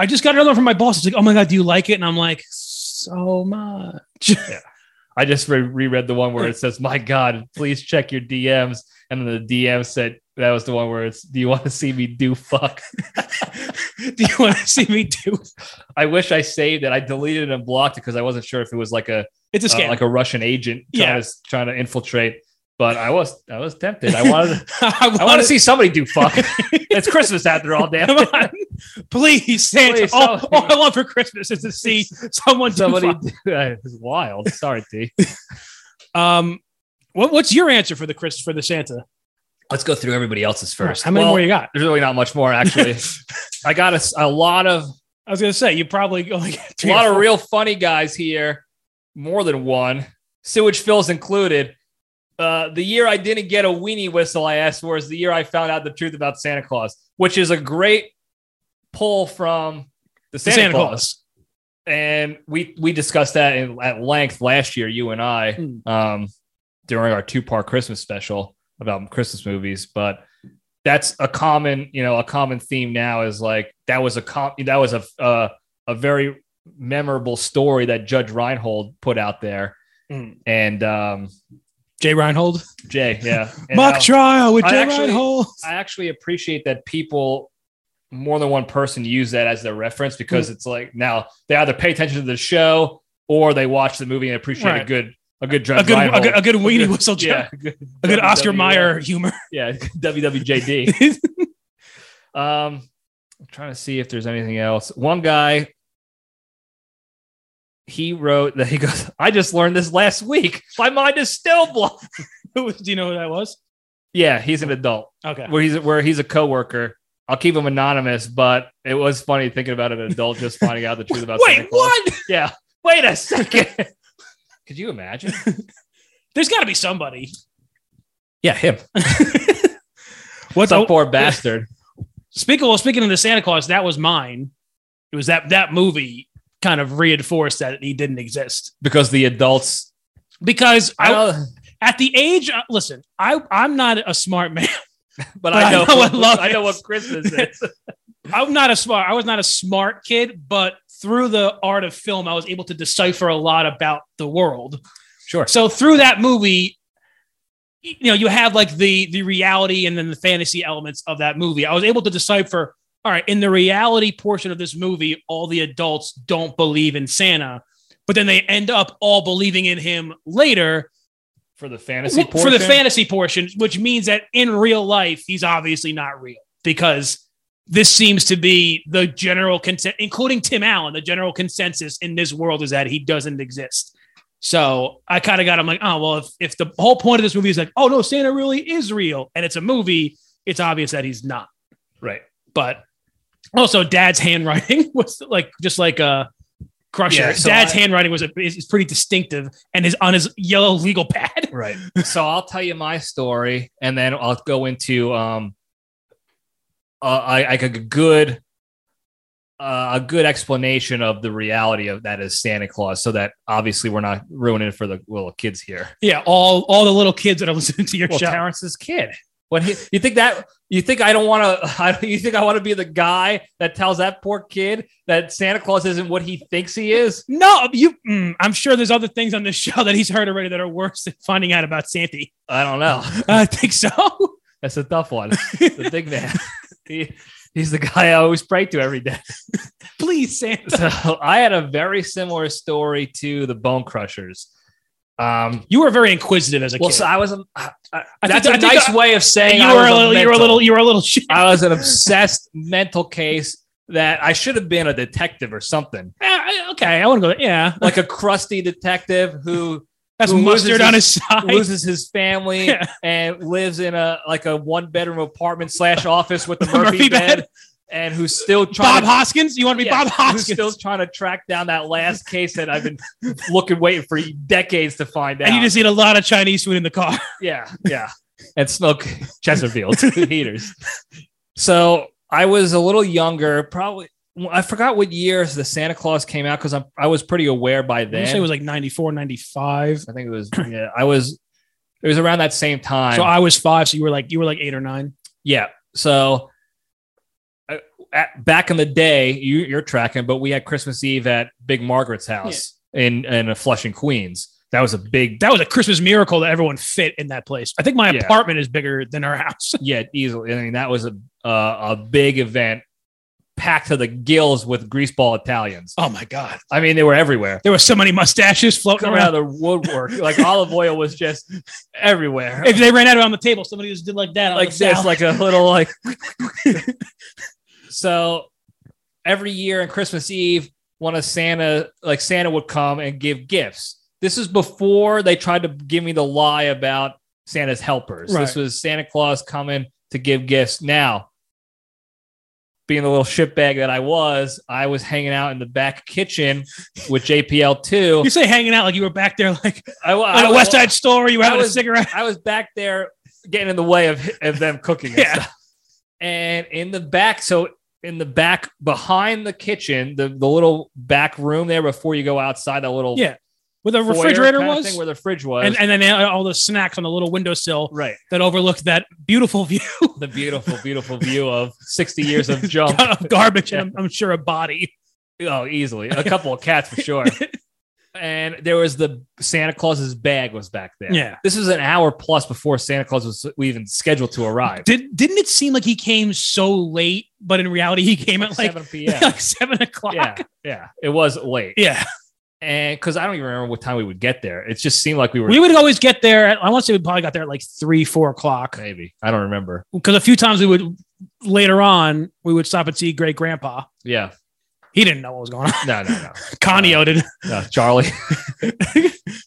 Speaker 1: I just got another one from my boss. It's like, oh my god, do you like it? And I'm like, so much. [laughs]
Speaker 3: I just re- reread the one where it says, "My God, please check your DMs," and then the DM said, "That was the one where it's, do you want to see me do fuck?"
Speaker 1: do you want to see me do?
Speaker 3: I wish I saved it. I deleted it and blocked it because I wasn't sure if it was like a
Speaker 1: It's a
Speaker 3: uh,
Speaker 1: scam.
Speaker 3: like a Russian agent trying,
Speaker 1: Yeah.
Speaker 3: to, trying to infiltrate. But I was I was tempted. I wanted
Speaker 1: [laughs] I
Speaker 3: I want to see somebody do fuck. it's Christmas after all, damn
Speaker 1: [laughs]
Speaker 3: [laughs]
Speaker 1: Come
Speaker 3: it.
Speaker 1: on. Please, Santa.
Speaker 3: Please,
Speaker 1: all,
Speaker 3: somebody-
Speaker 1: all I want for Christmas is
Speaker 3: [laughs]
Speaker 1: to see someone.
Speaker 3: Somebody,
Speaker 1: Somebody.
Speaker 3: [laughs] it's wild. Sorry, T.
Speaker 1: Um, what, what's your answer for the Chris for the Santa?
Speaker 3: Let's go through everybody else's first.
Speaker 1: How many
Speaker 3: Well,
Speaker 1: more you got?
Speaker 3: There's really not much more
Speaker 1: [laughs]
Speaker 3: actually. I got a s a a lot of
Speaker 1: I was gonna say you probably [laughs] only got
Speaker 3: a
Speaker 1: three
Speaker 3: lot
Speaker 1: or
Speaker 3: of
Speaker 1: four.
Speaker 3: real funny guys here, more than one. Sewage Phil's included. Uh, the year I didn't get a weenie whistle I asked for is the year I found out the truth about Santa Claus, which is a great pull from the
Speaker 1: The
Speaker 3: Santa, Claus. And we we discussed that in, at length last year, you and I,
Speaker 1: Hmm.
Speaker 3: um, during our two part Christmas special about Christmas movies. But that's a common, you know, a common theme now is like that was a com- that was a uh, a very memorable story that Judge Reinhold put out there.
Speaker 1: Mm.
Speaker 3: And um,
Speaker 1: Jay Reinhold,
Speaker 3: Jay, yeah. And
Speaker 1: mock
Speaker 3: I,
Speaker 1: trial with
Speaker 3: I
Speaker 1: Jay
Speaker 3: actually-
Speaker 1: Reinhold.
Speaker 3: I actually appreciate that people, more than one person, use that as their reference
Speaker 1: Mm.
Speaker 3: because it's like now they either pay attention to the show or they watch the movie and appreciate a
Speaker 1: Right.
Speaker 3: good a good Judge
Speaker 1: A good, a
Speaker 3: Reinhold.
Speaker 1: good, a good weenie
Speaker 3: good-
Speaker 1: whistle, Jay.
Speaker 3: yeah, good,
Speaker 1: a good Oscar
Speaker 3: WWE.
Speaker 1: Mayer humor. [laughs]
Speaker 3: yeah, [laughs] WWJD. Um, I'm trying to see if there's anything else. One guy, he wrote that he goes, I just learned this last week. My mind is still blocked.
Speaker 1: Who was- do you know who that was?
Speaker 3: [laughs] Yeah, he's an adult
Speaker 1: Okay,
Speaker 3: [laughs] where he's where he's a coworker. I'll keep him anonymous, but it was funny thinking about an adult just finding out the truth about.
Speaker 1: wait,
Speaker 3: Santa Claus.
Speaker 1: what?
Speaker 3: Yeah. Wait a second. Could you imagine?
Speaker 1: There's got to be somebody.
Speaker 3: Yeah, him.
Speaker 1: What's
Speaker 3: Some
Speaker 1: up?
Speaker 3: poor bastard.
Speaker 1: Speaking well, speaking of the Santa Claus, that was mine. It was that that movie kind of reinforced that he didn't exist
Speaker 3: Because the adults.
Speaker 1: because
Speaker 3: I
Speaker 1: I,
Speaker 3: don't,
Speaker 1: at the age, uh, listen, I I'm not a smart man. [laughs]
Speaker 3: but, I know.
Speaker 1: what love
Speaker 3: I know
Speaker 1: is.
Speaker 3: what Christmas is.
Speaker 1: I'm not a smart. I was not a smart kid, but through the art of film, I was able to decipher a lot about the world.
Speaker 3: [laughs] sure.
Speaker 1: So through that movie, y- you know, you have like the the reality and then the fantasy elements of that movie. I was able to decipher. All right, in the reality portion of this movie, all the adults don't believe in Santa, but then they end up all believing in him later
Speaker 3: For the fantasy
Speaker 1: w- for the
Speaker 3: portion?
Speaker 1: fantasy portion, which means that in real life, he's obviously not real because this seems to be the general consent, including Tim Allen. The general consensus in this world is that he doesn't exist. So I kind of got. I'm like, oh well, if if the whole point of this movie is like, oh no, Santa really is real, and it's a movie, it's obvious that he's not.
Speaker 3: Right.
Speaker 1: But also, Dad's handwriting [laughs] was like just like a crusher.
Speaker 3: Yeah, so
Speaker 1: Dad's
Speaker 3: I-
Speaker 1: handwriting was a, is, is pretty distinctive, and his on his yellow legal pad.
Speaker 3: Right. so I'll tell you my story, and then I'll go into um, uh, I like a good, uh, a good explanation of the reality of that is Santa Claus, so that obviously we're not ruining it for the little kids here.
Speaker 1: Yeah, all all the little kids that are [laughs] listening to your
Speaker 3: [laughs] Well,
Speaker 1: show.
Speaker 3: Terrence's kid. What he, you think that you think I don't want to? [laughs] I, you think I want to be the guy that tells that poor kid that Santa Claus isn't what he thinks he is?
Speaker 1: No, you. Mm, I'm sure there's other things on this show that he's heard already that are worse than finding out about Santy.
Speaker 3: I don't know. [laughs]
Speaker 1: I think so. [laughs]
Speaker 3: That's a tough one. the big [laughs] man. He, he's the guy I always pray to every day.
Speaker 1: Please, Santa.
Speaker 3: So [laughs] I had a very similar story to the Bone Crushers. Um,
Speaker 1: You were very inquisitive as a
Speaker 3: well,
Speaker 1: kid.
Speaker 3: so I was. A, I, I,
Speaker 1: I
Speaker 3: that's
Speaker 1: think-
Speaker 3: a
Speaker 1: I think
Speaker 3: nice
Speaker 1: I-
Speaker 3: way of saying I
Speaker 1: you were
Speaker 3: was
Speaker 1: a little, you were a
Speaker 3: mental.
Speaker 1: little, you were a little shit.
Speaker 3: [laughs] I was an obsessed mental case that I should have been a detective or something,
Speaker 1: Eh, okay, I want to go. there. Yeah,
Speaker 3: like a crusty detective
Speaker 1: [laughs]
Speaker 3: who
Speaker 1: that's
Speaker 3: Who loses
Speaker 1: mustard on his
Speaker 3: his-
Speaker 1: side.
Speaker 3: loses his family
Speaker 1: [laughs] Yeah.
Speaker 3: and lives in a like a one bedroom apartment slash office with the
Speaker 1: The
Speaker 3: Murphy,
Speaker 1: [laughs] Murphy
Speaker 3: bed,
Speaker 1: bed.
Speaker 3: and who's still trying
Speaker 1: Bob
Speaker 3: to
Speaker 1: Hoskins. You want to be
Speaker 3: Yeah,
Speaker 1: Bob
Speaker 3: who's
Speaker 1: Hoskins?
Speaker 3: still trying to track down that last case that I've been looking waiting for decades to find out.
Speaker 1: and you just eat a lot of Chinese food in the car. [laughs]
Speaker 3: yeah, yeah, [laughs] and smoke [laughs] Chesterfield heaters. So I was a little younger, probably. I forgot what years the Santa Claus came out because I was pretty aware by
Speaker 1: I
Speaker 3: then.
Speaker 1: say it was like 94, 95.
Speaker 3: I think it was. Yeah, I was. It was around that same time.
Speaker 1: So I was five. So you were like you were like eight or nine.
Speaker 3: Yeah. So uh, at, back in the day, you, you're tracking, but we had Christmas Eve at Big Margaret's house in in Flushing, Queens. That was a big. [laughs]
Speaker 1: That was a Christmas miracle that everyone fit in that place. I think my
Speaker 3: Yeah.
Speaker 1: apartment is bigger than our house. [laughs]
Speaker 3: Yeah, easily. I mean, that was a uh, a big event, packed to the gills with greaseball Italians.
Speaker 1: Oh my god,
Speaker 3: I mean, they were everywhere.
Speaker 1: there were so many mustaches floating
Speaker 3: Coming out
Speaker 1: around.
Speaker 3: of the woodwork, like olive oil was just everywhere.
Speaker 1: If they ran out around the table, somebody just did like that. on
Speaker 3: like
Speaker 1: the
Speaker 3: this,
Speaker 1: salad.
Speaker 3: like a little like. [laughs] so, every year on Christmas Eve, one of Santa, like Santa, would come and give gifts. This is before they tried to give me the lie about Santa's helpers. This
Speaker 1: Right.
Speaker 3: was Santa Claus coming to give gifts. Now, being the little shitbag that I was, I was hanging out in the back kitchen with JPL [laughs] two.
Speaker 1: you say hanging out like you were back there like
Speaker 3: I,
Speaker 1: on
Speaker 3: I,
Speaker 1: a West Side store. You were
Speaker 3: I
Speaker 1: having a
Speaker 3: was-
Speaker 1: cigarette. [laughs]
Speaker 3: I was back there getting in the way of, of them cooking and
Speaker 1: Yeah.
Speaker 3: stuff. And in the back, so in the back behind the kitchen, the, the little back room there before you go outside, that little
Speaker 1: Yeah, Where the
Speaker 3: foyer
Speaker 1: refrigerator
Speaker 3: kinda
Speaker 1: was,
Speaker 3: thing where the fridge was.
Speaker 1: and, and then they had all the snacks on the little windowsill
Speaker 3: right.
Speaker 1: that overlooked that beautiful view
Speaker 3: The beautiful, beautiful view of 60 years
Speaker 1: [laughs]
Speaker 3: of junk.
Speaker 1: of garbage and I'm, I'm sure a body.
Speaker 3: Oh, easily. A couple of cats for
Speaker 1: [laughs]
Speaker 3: sure. And there was the Santa Claus's bag was back there.
Speaker 1: Yeah.
Speaker 3: This was an hour plus before Santa Claus was even scheduled to arrive.
Speaker 1: Did didn't it seem like he came so late, but in reality he came at [laughs] like
Speaker 3: 7 p.m.
Speaker 1: [laughs] like seven o'clock.
Speaker 3: yeah, yeah. It was late.
Speaker 1: Yeah.
Speaker 3: and because Eh, I don't even remember what time we would get there. It just seemed like we were
Speaker 1: we would always get there. At, I want to say we probably got there at like three, four
Speaker 3: [laughs]
Speaker 1: o'clock.
Speaker 3: maybe I don't remember.
Speaker 1: Because a few times we would later on we would stop and see Great Grandpa.
Speaker 3: Yeah,
Speaker 1: He didn't know what was going on. [laughs]
Speaker 3: no, no, no,
Speaker 1: Conio did. [laughs]
Speaker 3: no Charlie.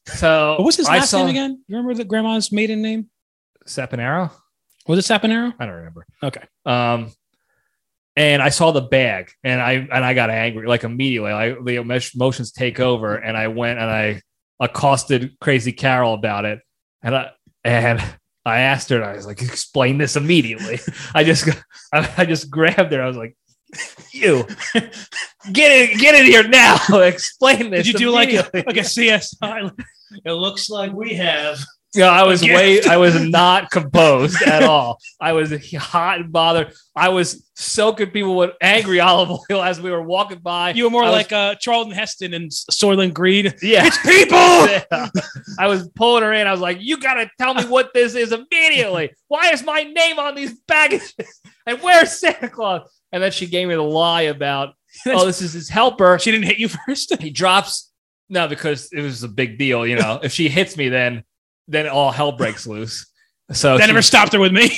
Speaker 3: so
Speaker 1: What was his
Speaker 3: I
Speaker 1: last
Speaker 3: saw
Speaker 1: name again? You remember the grandma's maiden name?
Speaker 3: Sapanero.
Speaker 1: Was it Sapanero?
Speaker 3: I don't remember.
Speaker 1: Okay.
Speaker 3: Um, and I saw the bag, and I and I got angry like immediately. Like the emo- emotions take over, and I went and I accosted Crazy Carol about it, and I and I asked her, and I was like, "Explain this
Speaker 1: [laughs]
Speaker 3: immediately." I just I, I just grabbed her. I was like, "You get it, get in here now! [laughs] Explain this."
Speaker 1: Did you do like a,
Speaker 3: immediately."
Speaker 1: like a [laughs] CSI? It looks like we have.
Speaker 3: No, I was
Speaker 1: Yeah.
Speaker 3: way, I
Speaker 1: [laughs]
Speaker 3: was not composed at all. I was hot and bothered. I was soaking people with angry [laughs] olive oil as we were walking by.
Speaker 1: You were more
Speaker 3: I was-
Speaker 1: like uh, Charlton Heston and Soylent Green.
Speaker 3: yeah.
Speaker 1: It's people.
Speaker 3: [laughs] Yeah. I was pulling her in. I was like, you got to tell me what this is immediately. Why is my name on these baggages? [laughs] And where's Santa Claus? And then she gave me the lie
Speaker 1: [laughs]
Speaker 3: about, oh, this is his helper.
Speaker 1: she didn't hit you [laughs] first.
Speaker 3: he drops no because it was a big deal you know if she hits me then then all hell breaks loose so
Speaker 1: that
Speaker 3: she-
Speaker 1: never stopped her with me.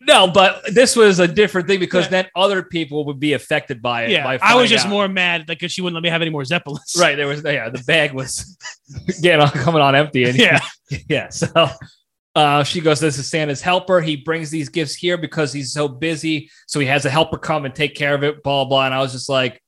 Speaker 3: No, but this was a different thing because then other people would be affected [laughs] by it.
Speaker 1: yeah,
Speaker 3: by
Speaker 1: I was
Speaker 3: finding
Speaker 1: just
Speaker 3: out.
Speaker 1: more mad because she wouldn't let me have any more zeppelins.
Speaker 3: right. There was yeah, the bag was [laughs] getting on, coming on empty, and
Speaker 1: [laughs] Yeah.
Speaker 3: [laughs] yeah. So uh, she goes, This is Santa's helper. He brings these gifts here because he's so busy. So he has a helper come and take care of it, blah, blah. And I was just like,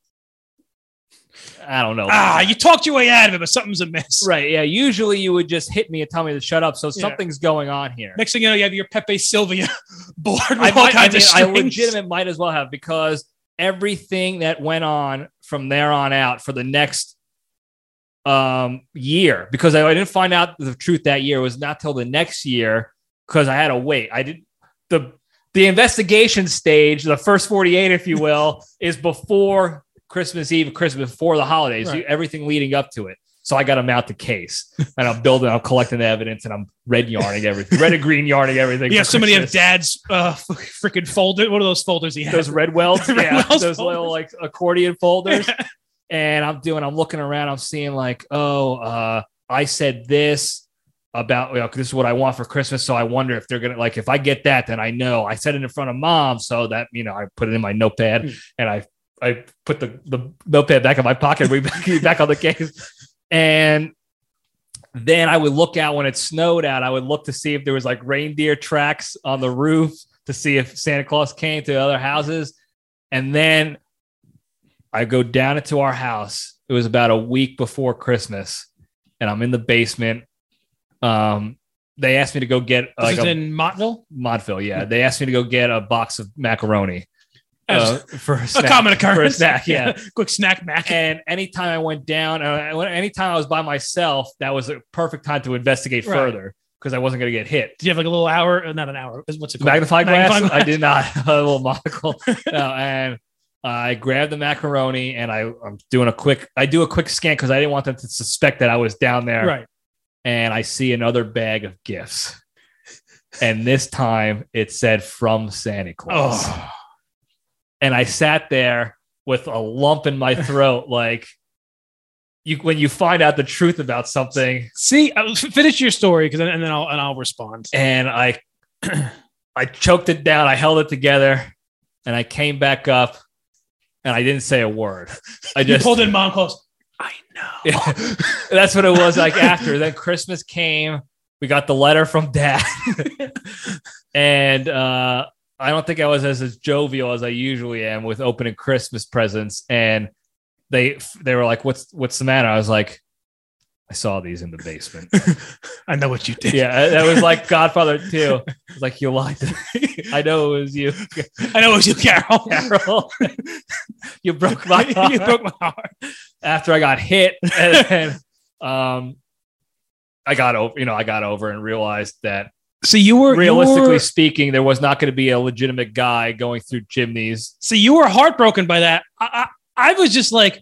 Speaker 3: I don't know.
Speaker 1: Ah, you talked your way out of it, but something's amiss.
Speaker 3: right. Yeah. Usually you would just hit me and tell me to shut up. So
Speaker 1: Yeah.
Speaker 3: something's going on here.
Speaker 1: Next thing you know, you have your Pepe Sylvia [laughs] board with
Speaker 3: I,
Speaker 1: all
Speaker 3: might, I,
Speaker 1: kinds
Speaker 3: mean,
Speaker 1: of
Speaker 3: I
Speaker 1: strings.
Speaker 3: legitimate might as well have because everything that went on from there on out for the next um year because I, I didn't find out the truth that year it was not till the next year because I had to wait. I did the the investigation stage, the first 48,
Speaker 1: [laughs]
Speaker 3: if you will, is before Christmas Eve, Christmas, before the holidays,
Speaker 1: Right.
Speaker 3: everything leading up to it. So I got to mount the case and I'm building, I'm collecting the evidence and I'm red yarning everything, red and green yarning everything.
Speaker 1: [laughs] You have
Speaker 3: for
Speaker 1: so many of
Speaker 3: Christmas
Speaker 1: Dad's uh, [laughs] freaking folder. What are those folders he has?
Speaker 3: those red welds,
Speaker 1: [laughs] Red
Speaker 3: yeah,
Speaker 1: welds
Speaker 3: those little like accordion folders. and I'm doing, I'm looking around, I'm seeing like, oh, uh, I said this about you know, this is what I want for Christmas. So I wonder if they're gonna like if I get that, then I know I said it in front of mom, so that you know I put it in my notepad
Speaker 1: Mm.
Speaker 3: and I I put the, the notepad back in my pocket, we [laughs] back, back on the case, and then I would look out when it snowed out. I would look to see if there was like reindeer tracks on the roof to see if Santa Claus came to other houses. And then I go down into our house. It was about a week before Christmas, and I'm in the basement. Um, they asked me to go get
Speaker 1: This
Speaker 3: like
Speaker 1: is
Speaker 3: a
Speaker 1: in Mottville.
Speaker 3: Modville. Yeah, they asked me to go get a box of macaroni uh, for a,
Speaker 1: a
Speaker 3: snack,
Speaker 1: common
Speaker 3: For a
Speaker 1: occurrence.
Speaker 3: snack, yeah.
Speaker 1: [laughs] Quick snack, Mac.
Speaker 3: And anytime I went down, uh, when- anytime I was by myself, that was a perfect time to investigate
Speaker 1: Right.
Speaker 3: further because I wasn't going to get hit.
Speaker 1: Did you have like a little hour? uh, Not an hour. What's it called?
Speaker 3: magnifying glass.
Speaker 1: Magnifying glass.
Speaker 3: I did not [laughs] a little monocle. No, and I grabbed the macaroni and I, I'm doing a quick. I do a quick scan because I didn't want them to suspect that I was down there.
Speaker 1: Right.
Speaker 3: And I see another bag of gifts, and this time it said from Santa Claus.
Speaker 1: Oh,
Speaker 3: And I sat there with a lump in my
Speaker 1: [laughs]
Speaker 3: throat, like you when you find out the truth about something.
Speaker 1: see, uh, f- finish your story because and then I'll and I'll respond.
Speaker 3: and I [clears throat] I choked it down. I held it together, and I came back up, and I didn't say a word. I
Speaker 1: You
Speaker 3: just
Speaker 1: pulled in mom close. I know.
Speaker 3: Yeah. [laughs] that's what it was like. After then, Christmas came. We got the letter from Dad, [laughs] and uh, I don't think I was as, as jovial as I usually am with opening Christmas presents. And they they were like, "What's what's the matter?" I was like, "I saw these in the basement."
Speaker 1: [laughs] I know what you did.
Speaker 3: Yeah, that was like Godfather too. It's like you lied to me. [laughs] I know it was you,
Speaker 1: [laughs] I know it was you, Carol.
Speaker 3: Carol. [laughs] you broke my heart.
Speaker 1: [laughs] you broke my heart.
Speaker 3: after I got [laughs] hit. And, then, um, I got over, you know, I got over and realized that
Speaker 1: So you were
Speaker 3: realistically
Speaker 1: You were,
Speaker 3: speaking, there was not going to be a legitimate guy going through chimneys.
Speaker 1: so you were heartbroken by that. I, I I was just like,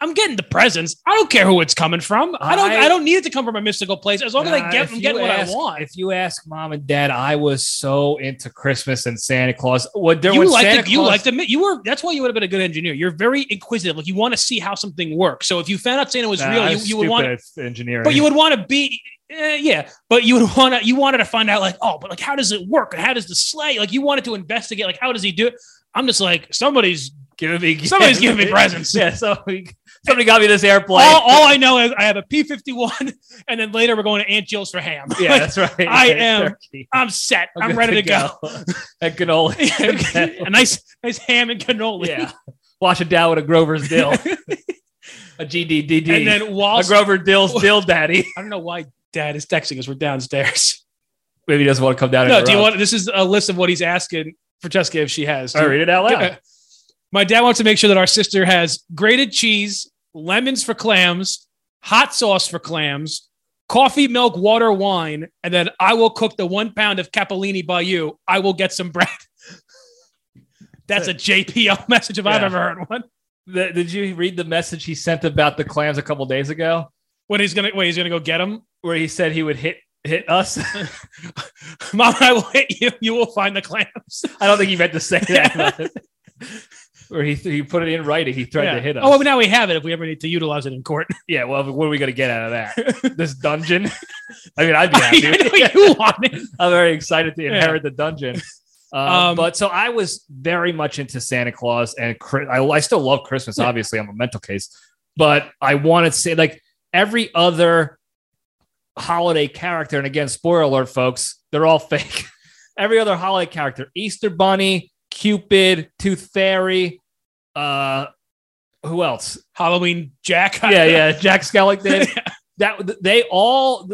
Speaker 1: I'm getting the presents. I don't care who it's coming from. I don't. I,
Speaker 3: I-
Speaker 1: don't need it to come from a mystical place. As long as
Speaker 3: Nah,
Speaker 1: I get,
Speaker 3: if
Speaker 1: I'm
Speaker 3: you
Speaker 1: getting what I
Speaker 3: ask-
Speaker 1: want.
Speaker 3: If you ask mom and dad, I was so into Christmas and Santa Claus. What there
Speaker 1: you
Speaker 3: was
Speaker 1: like
Speaker 3: Santa
Speaker 1: to, you
Speaker 3: Claus-
Speaker 1: like to admit- you were that's why you would have been a good engineer. You're very inquisitive. Like you want to see how something works. So if you found out Santa was
Speaker 3: Nah,
Speaker 1: real,
Speaker 3: I
Speaker 1: you,
Speaker 3: was
Speaker 1: you would want
Speaker 3: stupid at engineering.
Speaker 1: but you would want to be eh, yeah, but you would want to you wanted to find out like oh, but like how does it work? How does the sleigh? Like you wanted to investigate like how does he do it? I'm just like somebody's
Speaker 3: giving [laughs] me
Speaker 1: Somebody's giving me presents.
Speaker 3: Yeah, somebody, somebody got me this airplane.
Speaker 1: all, all I know is I have a P51 [laughs] and then later we're going to Aunt Jill's for ham.
Speaker 3: [laughs] yeah,
Speaker 1: [laughs] Like,
Speaker 3: that's right.
Speaker 1: I
Speaker 3: Yeah,
Speaker 1: am-
Speaker 3: [laughs] turkey.
Speaker 1: I'm set. I'm,
Speaker 3: good
Speaker 1: ready to go.
Speaker 3: [laughs] That
Speaker 1: [laughs]
Speaker 3: cannoli.
Speaker 1: a nice nice ham and cannoli.
Speaker 3: yeah, [laughs] wash it down with a Grover's [laughs] dill, a GDDD,
Speaker 1: And then
Speaker 3: a
Speaker 1: whilst
Speaker 3: Grover Dill's dill daddy.
Speaker 1: I don't know why dad is texting us. We're downstairs.
Speaker 3: [laughs] Maybe he doesn't want to come down.
Speaker 1: [laughs] No,
Speaker 3: and
Speaker 1: do you
Speaker 3: interrupt.
Speaker 1: want this is a list of what he's asking for Jessica if she has. Do
Speaker 3: All
Speaker 1: you-
Speaker 3: right, read it out loud.
Speaker 1: My dad wants to make sure that our sister has grated cheese, lemons for clams, hot sauce for clams, coffee, milk, water, wine, and then I will cook the one pound of capellini by you. I will get some bread. [laughs] That's a JPL [laughs] message if I've
Speaker 3: Yeah.
Speaker 1: ever heard one.
Speaker 3: The- did you read the message he sent about the clams a couple days ago,
Speaker 1: When he's gonna wait, he's gonna go get them.
Speaker 3: where he said he would hit hit us?
Speaker 1: [laughs]
Speaker 3: [laughs]
Speaker 1: Mom, I will hit you. You will find the clams.
Speaker 3: I don't think he meant to say [laughs] that. but- Where he, he put it in writing, he tried
Speaker 1: Yeah.
Speaker 3: to hit us.
Speaker 1: Oh, well, now we have it. If we ever need to utilize it in court, [laughs]
Speaker 3: Yeah, well, what are we gonna get out of that? this dungeon? I mean, I'd be
Speaker 1: [laughs] I
Speaker 3: happy.
Speaker 1: know you want it.
Speaker 3: [laughs] I'm very excited to
Speaker 1: Yeah. [laughs]
Speaker 3: inherit the dungeon. Uh,
Speaker 1: Um,
Speaker 3: but so I was very much into Santa Claus and Chri- I, I still love Christmas.
Speaker 1: Yeah.
Speaker 3: Obviously, I'm a mental case, but I wanted to say like every other holiday character, and again, spoiler alert, folks, they're all [laughs] fake. every other holiday character, Easter Bunny, Cupid, Tooth Fairy, uh, who else?
Speaker 1: Halloween Jack.
Speaker 3: yeah,
Speaker 1: [laughs]
Speaker 3: yeah. Jack Skellington. That they all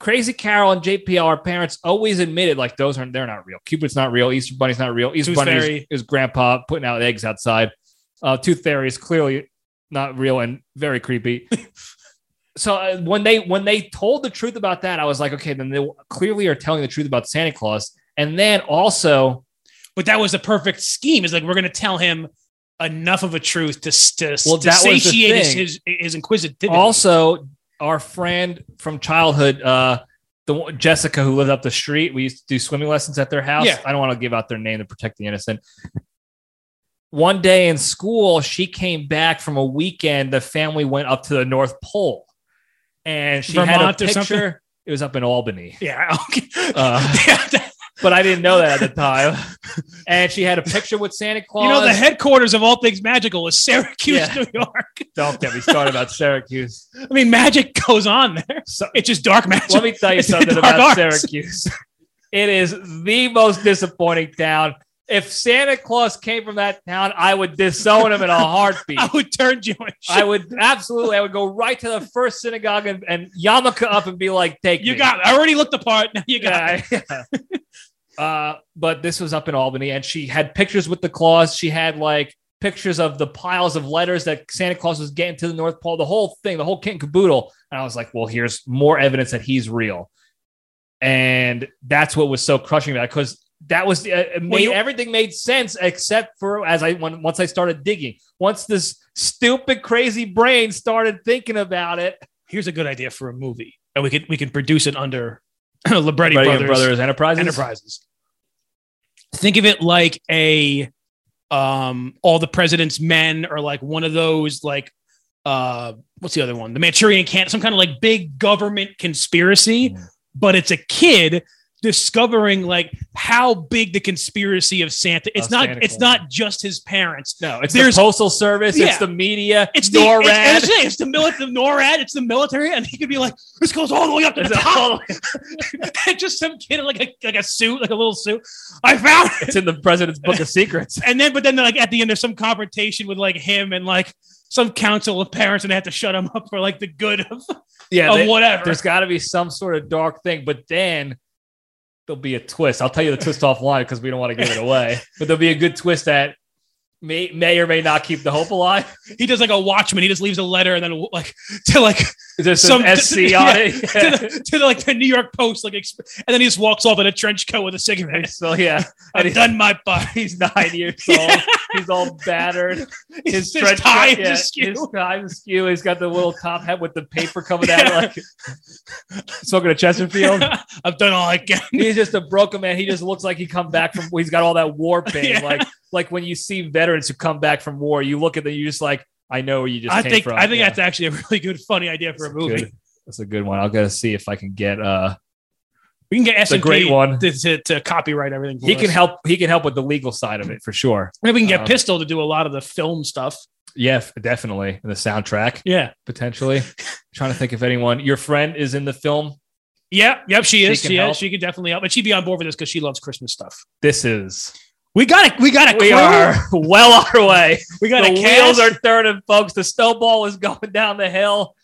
Speaker 3: Crazy Carol and JPL, our parents always admitted like those aren't they're not real. Cupid's not real. Easter Bunny's not real. Easter
Speaker 1: Tooth
Speaker 3: Bunny is,
Speaker 1: Fairy.
Speaker 3: is grandpa putting out eggs outside. Uh, Tooth Fairy is clearly not real and very
Speaker 1: [laughs]
Speaker 3: creepy. so uh, when they when they told the truth about that, I was like, okay, then they clearly are telling the truth about Santa Claus. And then also,
Speaker 1: But that was the perfect scheme. Is like we're going to tell him enough of a truth to, s- to, s-
Speaker 3: Well,
Speaker 1: to
Speaker 3: that was the
Speaker 1: satiate his,
Speaker 3: thing.
Speaker 1: his his
Speaker 3: [laughs]
Speaker 1: inquisitive.
Speaker 3: also our friend from childhood uh the one- jessica who lived up the street we used to do swimming lessons at their house
Speaker 1: Yeah.
Speaker 3: i don't want to give out their name to protect the innocent one day in school she came back from a weekend the family went up to the north pole and she
Speaker 1: Vermont or
Speaker 3: had a
Speaker 1: something?
Speaker 3: picture it was up in albany
Speaker 1: yeah, [laughs] okay.
Speaker 3: uh,
Speaker 1: Yeah, that-
Speaker 3: but i didn't know that at the
Speaker 1: [laughs]
Speaker 3: time and she had a picture with santa claus
Speaker 1: you know the headquarters of all things magical was Syracuse,
Speaker 3: Yeah.
Speaker 1: New York.
Speaker 3: don't get me started about syracuse
Speaker 1: I mean, magic goes on there.
Speaker 3: So-
Speaker 1: it's just dark magic.
Speaker 3: Let me tell you
Speaker 1: It's the
Speaker 3: something
Speaker 1: dark
Speaker 3: about
Speaker 1: arts.
Speaker 3: Syracuse. It is the most disappointing town. If Santa Claus came from that town, I would disown him in a
Speaker 1: [laughs]
Speaker 3: heartbeat.
Speaker 1: [laughs] I would turn Jewish.
Speaker 3: I would absolutely. I would go right to the first synagogue and, and yarmulke up and be like, "Take
Speaker 1: you
Speaker 3: me."
Speaker 1: got. I already looked the part. Now you got. it.
Speaker 3: [laughs] Yeah, yeah. uh, but this was up in Albany, and she had pictures with the Claus. She had like pictures of the piles of letters that Santa Claus was getting to the North Pole, the whole thing, the whole kit and caboodle. And I was like, well, here's more evidence that he's real. And that's what was so crushing about it because that was the- it made,
Speaker 1: Well, you-
Speaker 3: everything made sense except for as I when, once I started digging, once this stupid crazy brain started thinking about it.
Speaker 1: here's a good idea for a movie, and we could we can produce it under [clears throat] Libretti
Speaker 3: Brady
Speaker 1: Brothers,
Speaker 3: Enterprises.
Speaker 1: Enterprises. Think of it like a um all the president's men or like one of those like uh what's the other one? The Manchurian can some kind of like big government conspiracy,
Speaker 3: Mm.
Speaker 1: but it's a kid discovering like how big the conspiracy of Santa. It's
Speaker 3: Of
Speaker 1: not
Speaker 3: Santa
Speaker 1: it's
Speaker 3: Claus.
Speaker 1: not just his parents.
Speaker 3: No, it's
Speaker 1: There's-
Speaker 3: the postal service. It's
Speaker 1: Yeah.
Speaker 3: the media.
Speaker 1: It's the
Speaker 3: NORAD.
Speaker 1: it's,
Speaker 3: [laughs]
Speaker 1: and it's, the- it's the military, the NORAD, it's the military, and he could be like, this goes all the way up to the
Speaker 3: It's
Speaker 1: top.
Speaker 3: all-
Speaker 1: And [laughs] just some kid in like a like a suit, like a little suit. I found it.
Speaker 3: it's in the president's book of
Speaker 1: [laughs]
Speaker 3: secrets.
Speaker 1: And then, but then, like at the end, there's some confrontation with like him and like some council of parents, and they have to shut him up for like the good of,
Speaker 3: Yeah,
Speaker 1: of
Speaker 3: they-
Speaker 1: whatever.
Speaker 3: there's got to be some sort of dark thing, but then there'll be a twist. I'll tell you the twist offline because we don't want to give it
Speaker 1: [laughs]
Speaker 3: away. But there'll be a good twist that may may or may not keep the hope alive.
Speaker 1: He does like a watchman. He just leaves a letter, and then like to like
Speaker 3: There's some
Speaker 1: Some- [laughs]
Speaker 3: SC on it.
Speaker 1: to, the, to the, like the New York Post, like, exp- and then he just walks off in a trench coat with a cigarette.
Speaker 3: So yeah, and
Speaker 1: I've
Speaker 3: he's,
Speaker 1: done my part. [laughs]
Speaker 3: he's nine years old. He's all battered.
Speaker 1: His, his
Speaker 3: trench coat-
Speaker 1: tie
Speaker 3: yeah,
Speaker 1: is askew.
Speaker 3: His [laughs] tie is askew. He's got the little top hat with the paper coming out, like
Speaker 1: [laughs]
Speaker 3: smoking a Chesterfield.
Speaker 1: I've done all I can.
Speaker 3: he's just a broken man. He just looks like he come back from. He's got all that
Speaker 1: [laughs]
Speaker 3: war pain.
Speaker 1: Yeah.
Speaker 3: Like like when you see veterans who come back from war, you look at them. You just like, I know where you just.
Speaker 1: I
Speaker 3: came
Speaker 1: think
Speaker 3: from.
Speaker 1: I think
Speaker 3: Yeah.
Speaker 1: that's actually a really good, funny idea for a movie.
Speaker 3: Good. That's a good one. I'll gotta see if I can get. uh
Speaker 1: We can get S
Speaker 3: a great one.
Speaker 1: to, to, to copyright everything. For
Speaker 3: He can
Speaker 1: us.
Speaker 3: help. He can help with the legal side of it for sure.
Speaker 1: Maybe we can get
Speaker 3: uh,
Speaker 1: Pistol to do a lot of the film stuff.
Speaker 3: Yeah, f- definitely. And the soundtrack
Speaker 1: Yeah,
Speaker 3: potentially. [laughs] trying to think if anyone. Your friend is in the film.
Speaker 1: yeah, yep. She is.
Speaker 3: can
Speaker 1: She,
Speaker 3: help.
Speaker 1: is. She can definitely help, and she'd be on board with this because she loves Christmas stuff.
Speaker 3: This is.
Speaker 1: We got it. We got a
Speaker 3: We
Speaker 1: crew.
Speaker 3: are [laughs] well on our way.
Speaker 1: We got
Speaker 3: The
Speaker 1: a
Speaker 3: wheels
Speaker 1: cast.
Speaker 3: are turning, folks. The snowball is [laughs] going down the hill.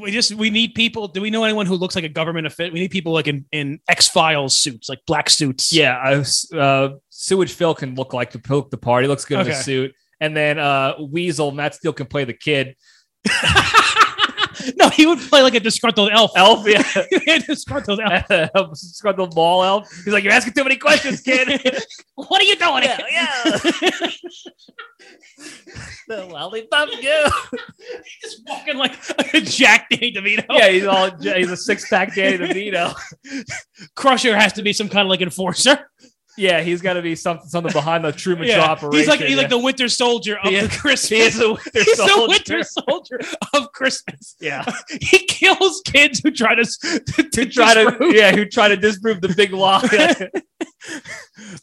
Speaker 1: we just we need people. Do we know anyone who looks like a government official? We need people like in in X Files suits, like black suits.
Speaker 3: Yeah, I, uh, sewage Phil can look like the pilk the party. Looks good in a
Speaker 1: Okay.
Speaker 3: suit. And then uh, Weasel Matt Steele can play the kid.
Speaker 1: no, he would play like a disgruntled elf. [laughs]
Speaker 3: Elf, yeah, [laughs]
Speaker 1: A disgruntled elf.
Speaker 3: Scrub the ball elf. He's like, you're asking too many questions, kid.
Speaker 1: [laughs] what are you doing?
Speaker 3: Yeah,
Speaker 1: yeah.
Speaker 3: [laughs] the lollipop girl.
Speaker 1: just walking like, like a Jack Danny DeVito.
Speaker 3: Yeah, he's all he's a six pack Danny DeVito.
Speaker 1: Crusher has to be some kind of like enforcer.
Speaker 3: Yeah, he's got to be something something behind the Truman Show
Speaker 1: Yeah.
Speaker 3: operation.
Speaker 1: He's like he's
Speaker 3: yeah.
Speaker 1: like the Winter Soldier of
Speaker 3: He
Speaker 1: the
Speaker 3: is-
Speaker 1: Christmas.
Speaker 3: he is a winter
Speaker 1: He's the
Speaker 3: soldier.
Speaker 1: Winter Soldier of Christmas.
Speaker 3: Yeah,
Speaker 1: He kills kids who try to s- to,
Speaker 3: try to [laughs]
Speaker 1: disrupt-
Speaker 3: yeah, who try to disprove the big lie. It's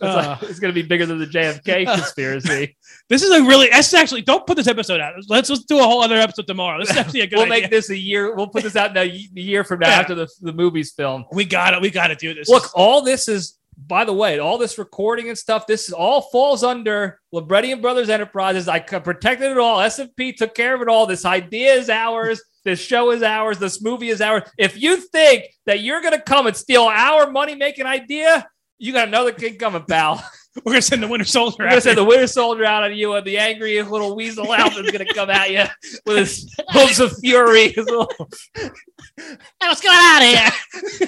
Speaker 1: Uh.
Speaker 3: like- it's going to be bigger than the [laughs] JFK conspiracy.
Speaker 1: This is a really. That's actually. Don't put this episode out. Let's let's do a whole other episode tomorrow. This is actually a good
Speaker 3: we'll
Speaker 1: idea.
Speaker 3: make this a year. We'll put this out now. y- A year from now,
Speaker 1: Yeah.
Speaker 3: after the the movie's filmed.
Speaker 1: we got it. We got to do this.
Speaker 3: Look, all this is, by the way, all this recording and stuff. This is all falls under Libretti and Brothers Enterprises. I c- protected it all. SMP took care of it all. This idea is ours. This show is ours. This movie is ours. If you think that you're gonna come and steal our money making idea, you got another kid coming, pal.
Speaker 1: we're gonna send the Winter Soldier.
Speaker 3: We're gonna
Speaker 1: out
Speaker 3: send
Speaker 1: there.
Speaker 3: the winter soldier out on you, and the angry little weasel elf is gonna come at you with his hooves of [laughs] fury. His little-
Speaker 1: Let's get out of here.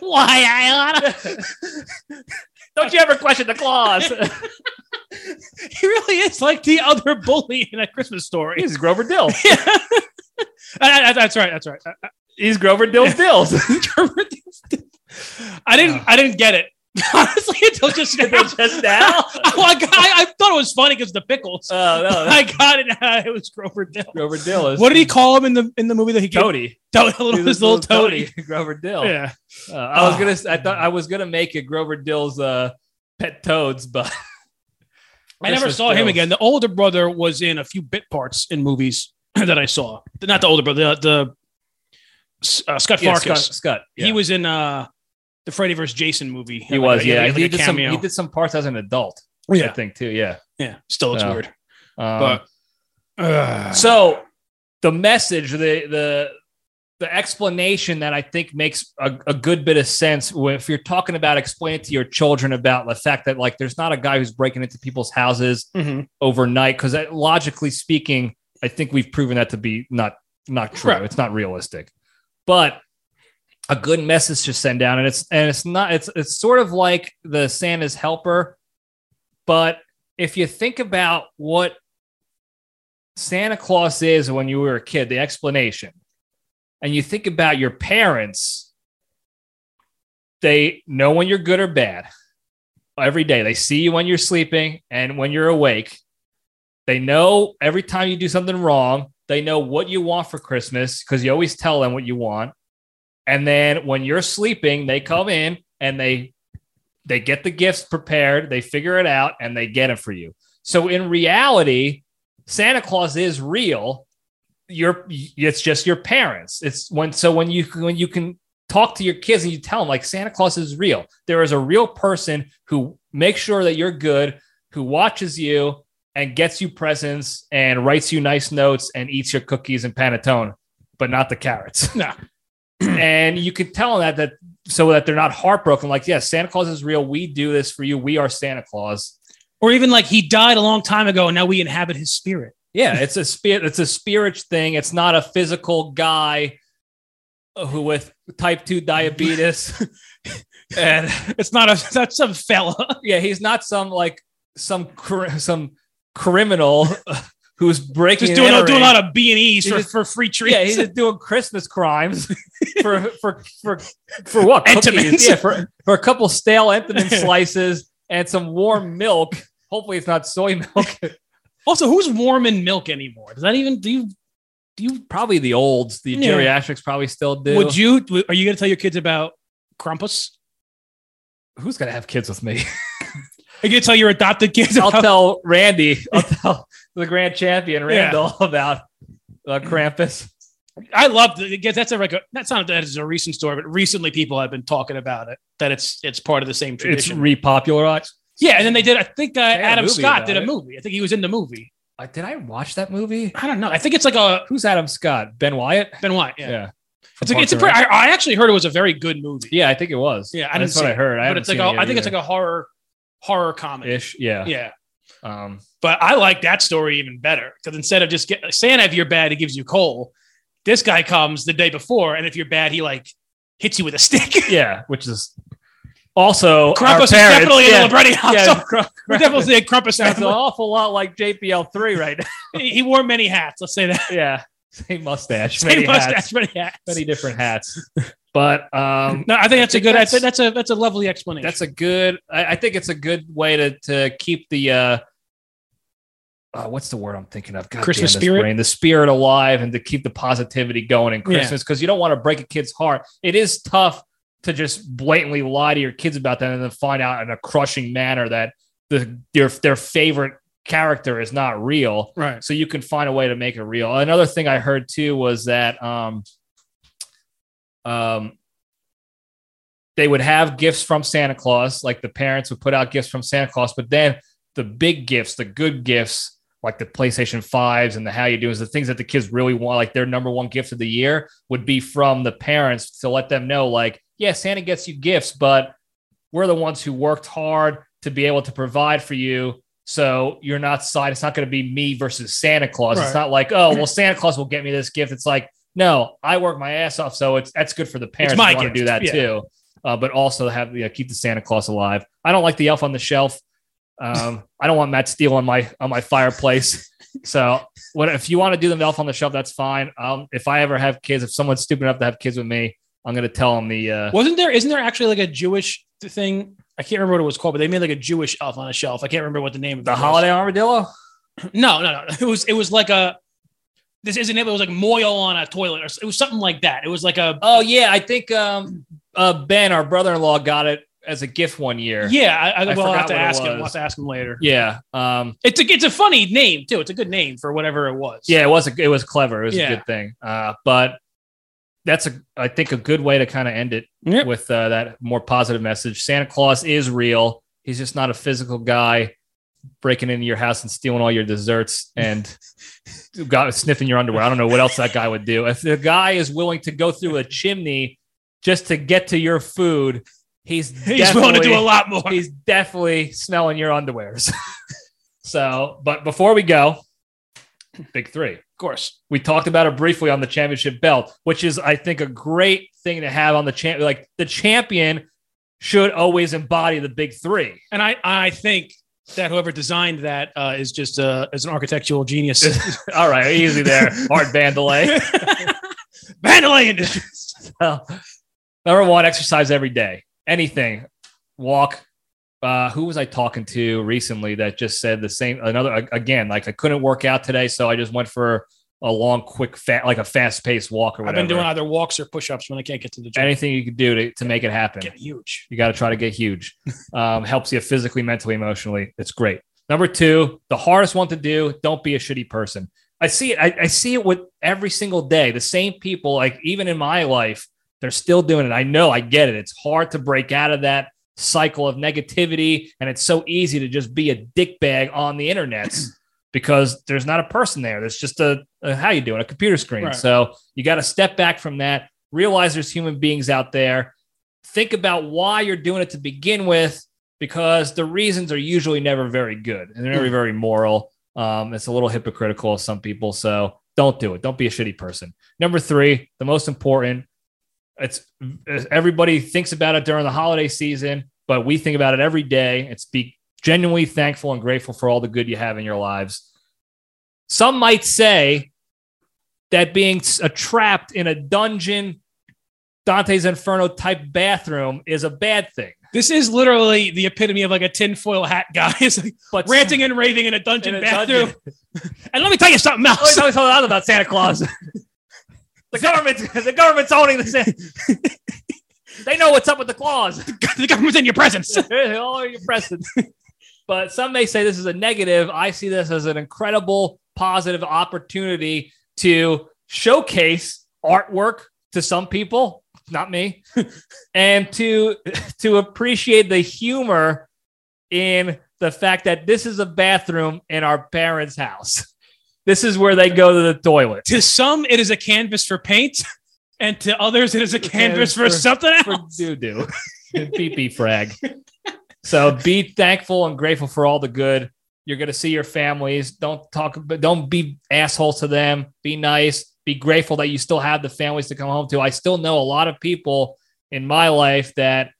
Speaker 1: Why, Iona?
Speaker 3: [laughs] Don't you ever question the claws?
Speaker 1: He really is like the other bully in a Christmas
Speaker 3: [laughs] [laughs]
Speaker 1: story.
Speaker 3: He's Grover Dill.
Speaker 1: I- I- that's right. That's right. I,
Speaker 3: He's Grover Dill's [laughs] Dills.
Speaker 1: I- I didn't. I didn't get it [laughs] honestly until just now.
Speaker 3: [laughs] Just now?
Speaker 1: [laughs] Oh, I, got- I, I thought it was funny because the
Speaker 3: [laughs]
Speaker 1: pickles.
Speaker 3: Oh no, that's
Speaker 1: I got it. [laughs] Uh, it was Grover Dill.
Speaker 3: Grover Dill is
Speaker 1: What did he call him in the in the movie that he [laughs] gave?
Speaker 3: Toady?
Speaker 1: Toad, little,
Speaker 3: He's
Speaker 1: his little toady.
Speaker 3: Grover Dill.
Speaker 1: Yeah.
Speaker 3: Uh, I was gonna. s- I thought I was gonna make it Grover Dill's uh, pet toads, but
Speaker 1: I never
Speaker 3: Christmas
Speaker 1: saw him
Speaker 3: Dills.
Speaker 1: again. The older brother was in a few bit parts in movies [clears throat] that I saw. Not the older brother, the, the uh, Scott
Speaker 3: Yeah,
Speaker 1: Farkas.
Speaker 3: Scott. Scott yeah.
Speaker 1: He was in uh the Freddy vs. Jason movie.
Speaker 3: He was.
Speaker 1: Like,
Speaker 3: Yeah,
Speaker 1: like
Speaker 3: he,
Speaker 1: a
Speaker 3: did some.
Speaker 1: cameo.
Speaker 3: He did some parts as an adult. I
Speaker 1: yeah,
Speaker 3: think too. Yeah.
Speaker 1: yeah. Still looks
Speaker 3: Uh,
Speaker 1: weird.
Speaker 3: Um,
Speaker 1: But- Uh,
Speaker 3: so the message the the the explanation that i think makes a, a good bit of sense when- if you're talking about explaining to your children about the fact that like there's not a guy who's breaking into people's houses
Speaker 1: Mhm.
Speaker 3: overnight because logically speaking i think we've proven that to be not not true
Speaker 1: Right.
Speaker 3: it's not realistic but a good message to send down and it's and it's not it's it's sort of like the santa's helper but if you think about what Santa Claus is when you were a kid, the explanation, and you think about your parents, they know when you're good or bad every day. They see you when you're sleeping and when you're awake. They know every time you do something wrong, they know what you want for Christmas because you always tell them what you want. And then when you're sleeping, they come in and they they get the gifts prepared, they figure it out and they get it for you. So in reality, Santa Claus is real. Your it's just your parents. It's when so when you when you can talk to your kids and you tell them like Santa Claus is real. There is a real person who makes sure that you're good, who watches you and gets you presents and writes you nice notes and eats your cookies and panettone, but not the carrots.
Speaker 1: No.
Speaker 3: [laughs] and you can tell them that that so that they're not heartbroken. Like, yes, Santa Claus is real. We do this for you. We are Santa Claus.
Speaker 1: or even like he died a long time ago, and now we inhabit his spirit.
Speaker 3: Yeah, it's a spirit. It's a spirit thing. It's not a physical guy who with type two diabetes,
Speaker 1: [laughs]
Speaker 3: and
Speaker 1: It's not a [laughs] that's some fella.
Speaker 3: yeah, he's not some like some cr- some criminal who's breaking
Speaker 1: Just
Speaker 3: and
Speaker 1: doing a,
Speaker 3: entering.
Speaker 1: doing a lot of B and E's
Speaker 3: He
Speaker 1: for,
Speaker 3: just-
Speaker 1: for free treats.
Speaker 3: Yeah,
Speaker 1: [laughs]
Speaker 3: he's just doing Christmas [laughs] crimes for for for for what? Cookies.
Speaker 1: Entenmann's.
Speaker 3: Yeah, for for a couple stale Entenmann [laughs] slices and some warm milk. Hopefully, it's not soy milk.
Speaker 1: [laughs] also, who's warm in milk anymore? Does that even do you do you
Speaker 3: Probably the olds, the
Speaker 1: Yeah.
Speaker 3: geriatrics probably still do.
Speaker 1: would you are you gonna tell your kids about Krampus?
Speaker 3: who's gonna have kids with me?
Speaker 1: Are you gonna tell your adopted kids
Speaker 3: [laughs] I'll
Speaker 1: about
Speaker 3: tell Randy. I'll tell the grand champion Randall about uh, Krampus.
Speaker 1: I love the- again. That's a like a, that's not that is a recent story, but recently people have been talking about it that it's it's part of the same
Speaker 3: It's
Speaker 1: tradition.
Speaker 3: repopularized.
Speaker 1: yeah, and then they did. I think uh,
Speaker 3: had a
Speaker 1: Adam
Speaker 3: movie
Speaker 1: Scott
Speaker 3: about
Speaker 1: did a
Speaker 3: it.
Speaker 1: movie. I think he was in the movie.
Speaker 3: Uh, did I watch that movie?
Speaker 1: I don't know. I think it's like a
Speaker 3: Who's Adam Scott? Ben Wyatt.
Speaker 1: Ben White. Yeah, it's a,
Speaker 3: From
Speaker 1: it's
Speaker 3: Parks
Speaker 1: a
Speaker 3: and
Speaker 1: pretty,
Speaker 3: Rec?
Speaker 1: I, I actually heard it was a very good movie.
Speaker 3: Yeah, I think it was.
Speaker 1: Yeah, I
Speaker 3: that's
Speaker 1: didn't
Speaker 3: what
Speaker 1: see
Speaker 3: I heard. I
Speaker 1: but it's like a, I think it's like a horror horror comedy.
Speaker 3: ish. Yeah.
Speaker 1: Yeah,
Speaker 3: Um,
Speaker 1: but I like that story even better because instead of just get, Santa, if you're bad, he gives you coal. This guy comes the day before, and if you're bad, he like hits you with a stick. [laughs]
Speaker 3: yeah, which is also
Speaker 1: Krampus
Speaker 3: our
Speaker 1: is
Speaker 3: parents-
Speaker 1: definitely in
Speaker 3: yeah,
Speaker 1: the Libretti house.
Speaker 3: yeah, Kramp-
Speaker 1: We [laughs] definitely
Speaker 3: [laughs]
Speaker 1: say Krampus
Speaker 3: sounds an
Speaker 1: family.
Speaker 3: awful lot like JPL three right now.
Speaker 1: He he wore many hats. Let's say that. [laughs]
Speaker 3: yeah, same mustache,
Speaker 1: Same
Speaker 3: many
Speaker 1: mustache,
Speaker 3: hats,
Speaker 1: many hats.
Speaker 3: many different hats. But um,
Speaker 1: No, I think that's a
Speaker 3: think
Speaker 1: good. I
Speaker 3: that's-
Speaker 1: think that's a that's a lovely explanation.
Speaker 3: that's a good I, I think it's a good way to to keep the uh uh, what's the word I'm thinking of? God
Speaker 1: Christmas
Speaker 3: damn this
Speaker 1: spirit?
Speaker 3: brain. the spirit alive, and to keep the positivity going in Christmas because you don't want to break a kid's heart. It is tough to just blatantly lie to your kids about that and then find out in a crushing manner that the their their favorite character is not real.
Speaker 1: Right.
Speaker 3: So you can find a way to make it real. Another thing I heard too was that um um they would have gifts from Santa Claus, like the parents would put out gifts from Santa Claus, but then the big gifts, the good gifts, like the PlayStation 5s and the how you do is the things that the kids really want, like their number one gift of the year would be from the parents to let them know, like, yeah, Santa gets you gifts, but we're the ones who worked hard to be able to provide for you. So you're not side. It's not going to be me versus Santa Claus.
Speaker 1: Right.
Speaker 3: It's not like, oh, well, Santa Claus will get me this gift. It's like, no, I work my ass off, so it's that's good for the parents.
Speaker 1: my
Speaker 3: I want
Speaker 1: gift.
Speaker 3: to do that
Speaker 1: Yeah.
Speaker 3: too, uh, but also have you know, keep the Santa Claus alive. I don't like the elf on the shelf. [laughs] Um, I don't want Matt Steele on my on my fireplace. So, what if you want to do the elf on the shelf? That's fine. Um, if I ever have kids, if someone's stupid enough to have kids with me, I'm gonna tell them the uh,
Speaker 1: [laughs] Wasn't there? Isn't there actually like a Jewish thing? I can't remember what it was called, but they made like a Jewish elf on a shelf. I can't remember what the name of it
Speaker 3: the
Speaker 1: was.
Speaker 3: holiday armadillo.
Speaker 1: No, no, no. It was it was like a. This isn't it. but It was like Moyle on a toilet, or s- it was something like that. It was like a.
Speaker 3: Oh yeah, I think um, uh, Ben, our brother-in-law, got it as a gift one year.
Speaker 1: Yeah, I, I,
Speaker 3: I
Speaker 1: well, I'll have
Speaker 3: forgot
Speaker 1: to
Speaker 3: what it
Speaker 1: ask him. I'll have
Speaker 3: was.
Speaker 1: to ask him later.
Speaker 3: yeah, um,
Speaker 1: It's a it's a funny name too. It's a good name for whatever it was.
Speaker 3: Yeah, it was a, it was clever. It was
Speaker 1: Yeah.
Speaker 3: a good thing. Uh, but that's a I think a good way to kind of end it
Speaker 1: Yep.
Speaker 3: with uh, that more positive message. Santa Claus is real. He's just not a physical guy breaking into your house and stealing all your desserts
Speaker 1: [laughs]
Speaker 3: and got sniffing your underwear. I don't know what else that guy would do. If the guy is willing to go through a chimney just to get to your food, he's
Speaker 1: he's willing to do
Speaker 3: definitely-
Speaker 1: a lot more.
Speaker 3: he's definitely smelling your underwears. [laughs] so, but before we go, big three.
Speaker 1: Of course,
Speaker 3: We talked about it briefly on the championship belt, which is, I think, a great thing to have on the champ. Like the champion should always embody the big three. [laughs]
Speaker 1: and I I think that whoever designed that uh, is just uh, is an architectural genius.
Speaker 3: All right, easy there, hard band
Speaker 1: [laughs]
Speaker 3: delay.
Speaker 1: Vandalay
Speaker 3: [laughs]
Speaker 1: Industries.
Speaker 3: Number one, exercise every day. Anything, walk. Uh, who was I talking to recently that just said the same? Another a- again, like I couldn't work out today, so I just went for a long, quick, fat, like a fast-paced walk or
Speaker 1: I've
Speaker 3: whatever.
Speaker 1: been doing either walks or push-ups when I can't get to the gym.
Speaker 3: anything you could do to, to make it happen.
Speaker 1: Get huge.
Speaker 3: You got to try to get
Speaker 1: [laughs]
Speaker 3: huge. Um, helps you physically, mentally, emotionally. It's great. Number two, the hardest one to do. Don't be a shitty person. I see it. I, I see it with every single day. The same people, like even in my life, they're still doing it. I know. I get it. It's hard to break out of that cycle of negativity, and it's so easy to just be a dickbag on the internet [clears throat] because there's not a person there. There's just a, a how you doing a computer screen.
Speaker 1: Right.
Speaker 3: So you got to step back from that. Realize there's human beings out there think about why you're doing it to begin with, because the reasons are usually never very good and they're never very moral. Um, it's a little hypocritical of some people. So don't do it. Don't be a shitty person. Number three, the most important, it's everybody thinks about it during the holiday season, but we think about it every day. It's be genuinely thankful and grateful for all the good you have in your lives. Some might say that being s- uh, trapped in a dungeon Dante's Inferno type bathroom is a bad thing.
Speaker 1: This is literally the epitome of like a tinfoil hat guy. [laughs] It's like
Speaker 3: But
Speaker 1: ranting and raving in a
Speaker 3: in
Speaker 1: dungeon
Speaker 3: a
Speaker 1: bathroom.
Speaker 3: dungeon- Oh,
Speaker 1: And let me tell you something
Speaker 3: I always
Speaker 1: else.
Speaker 3: always told out about Santa Claus. [laughs] the government, the government's owning the Santa. [laughs] they know what's up with the claws.
Speaker 1: [laughs] the government's in your presence.
Speaker 3: [laughs] All your presents. But some may say this is a negative. I see this as an incredible positive opportunity to showcase artwork to some people, not me, [laughs] and to to appreciate the humor in the fact that this is a bathroom in our parents' house. This is where they go to the toilet.
Speaker 1: to some, it is a canvas for paint, and to others, it is a
Speaker 3: canvas
Speaker 1: canvas for
Speaker 3: for-
Speaker 1: something else.
Speaker 3: for doo doo, pee pee frag. So be thankful and grateful for all the good. You're gonna see your families. Don't talk, but don't be assholes to them. Be nice. Be grateful that you still have the families to come home to. I still know a lot of people in my life that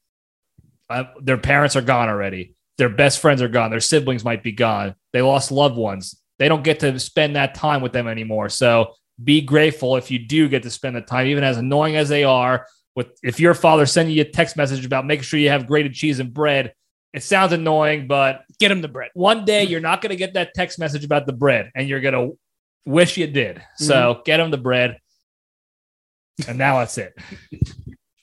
Speaker 3: uh, their parents are gone already. Their best friends are gone. Their siblings might be gone. They lost loved ones. They don't get to spend that time with them anymore. So be grateful if you do get to spend the time, even as annoying as they are with if your father sending you a text message about making sure you have grated cheese and bread, it sounds annoying, but
Speaker 1: Get him the bread.
Speaker 3: one day you're not going to get that text message about the bread and you're going to wish you did. So get him the bread. And now that's it.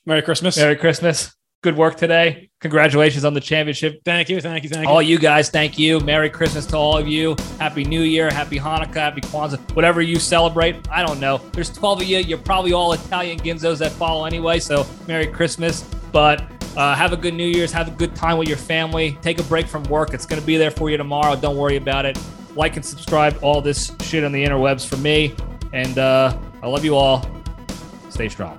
Speaker 1: Merry Christmas.
Speaker 3: Merry Christmas. Good work today. Congratulations on the championship.
Speaker 1: Thank you. Thank you. Thank you.
Speaker 3: All you guys, thank you. Merry Christmas to all of you. Happy New Year. Happy Hanukkah. Happy Kwanzaa. Whatever you celebrate, I don't know. There's 12 of you. You're probably all Italian Ginzos that follow anyway. So Merry Christmas. But uh, have a good New Year's. Have a good time with your family. Take a break from work. It's going to be there for you tomorrow. Don't worry about it. Like and subscribe. All this shit on the interwebs for me. And uh, I love you all. Stay strong.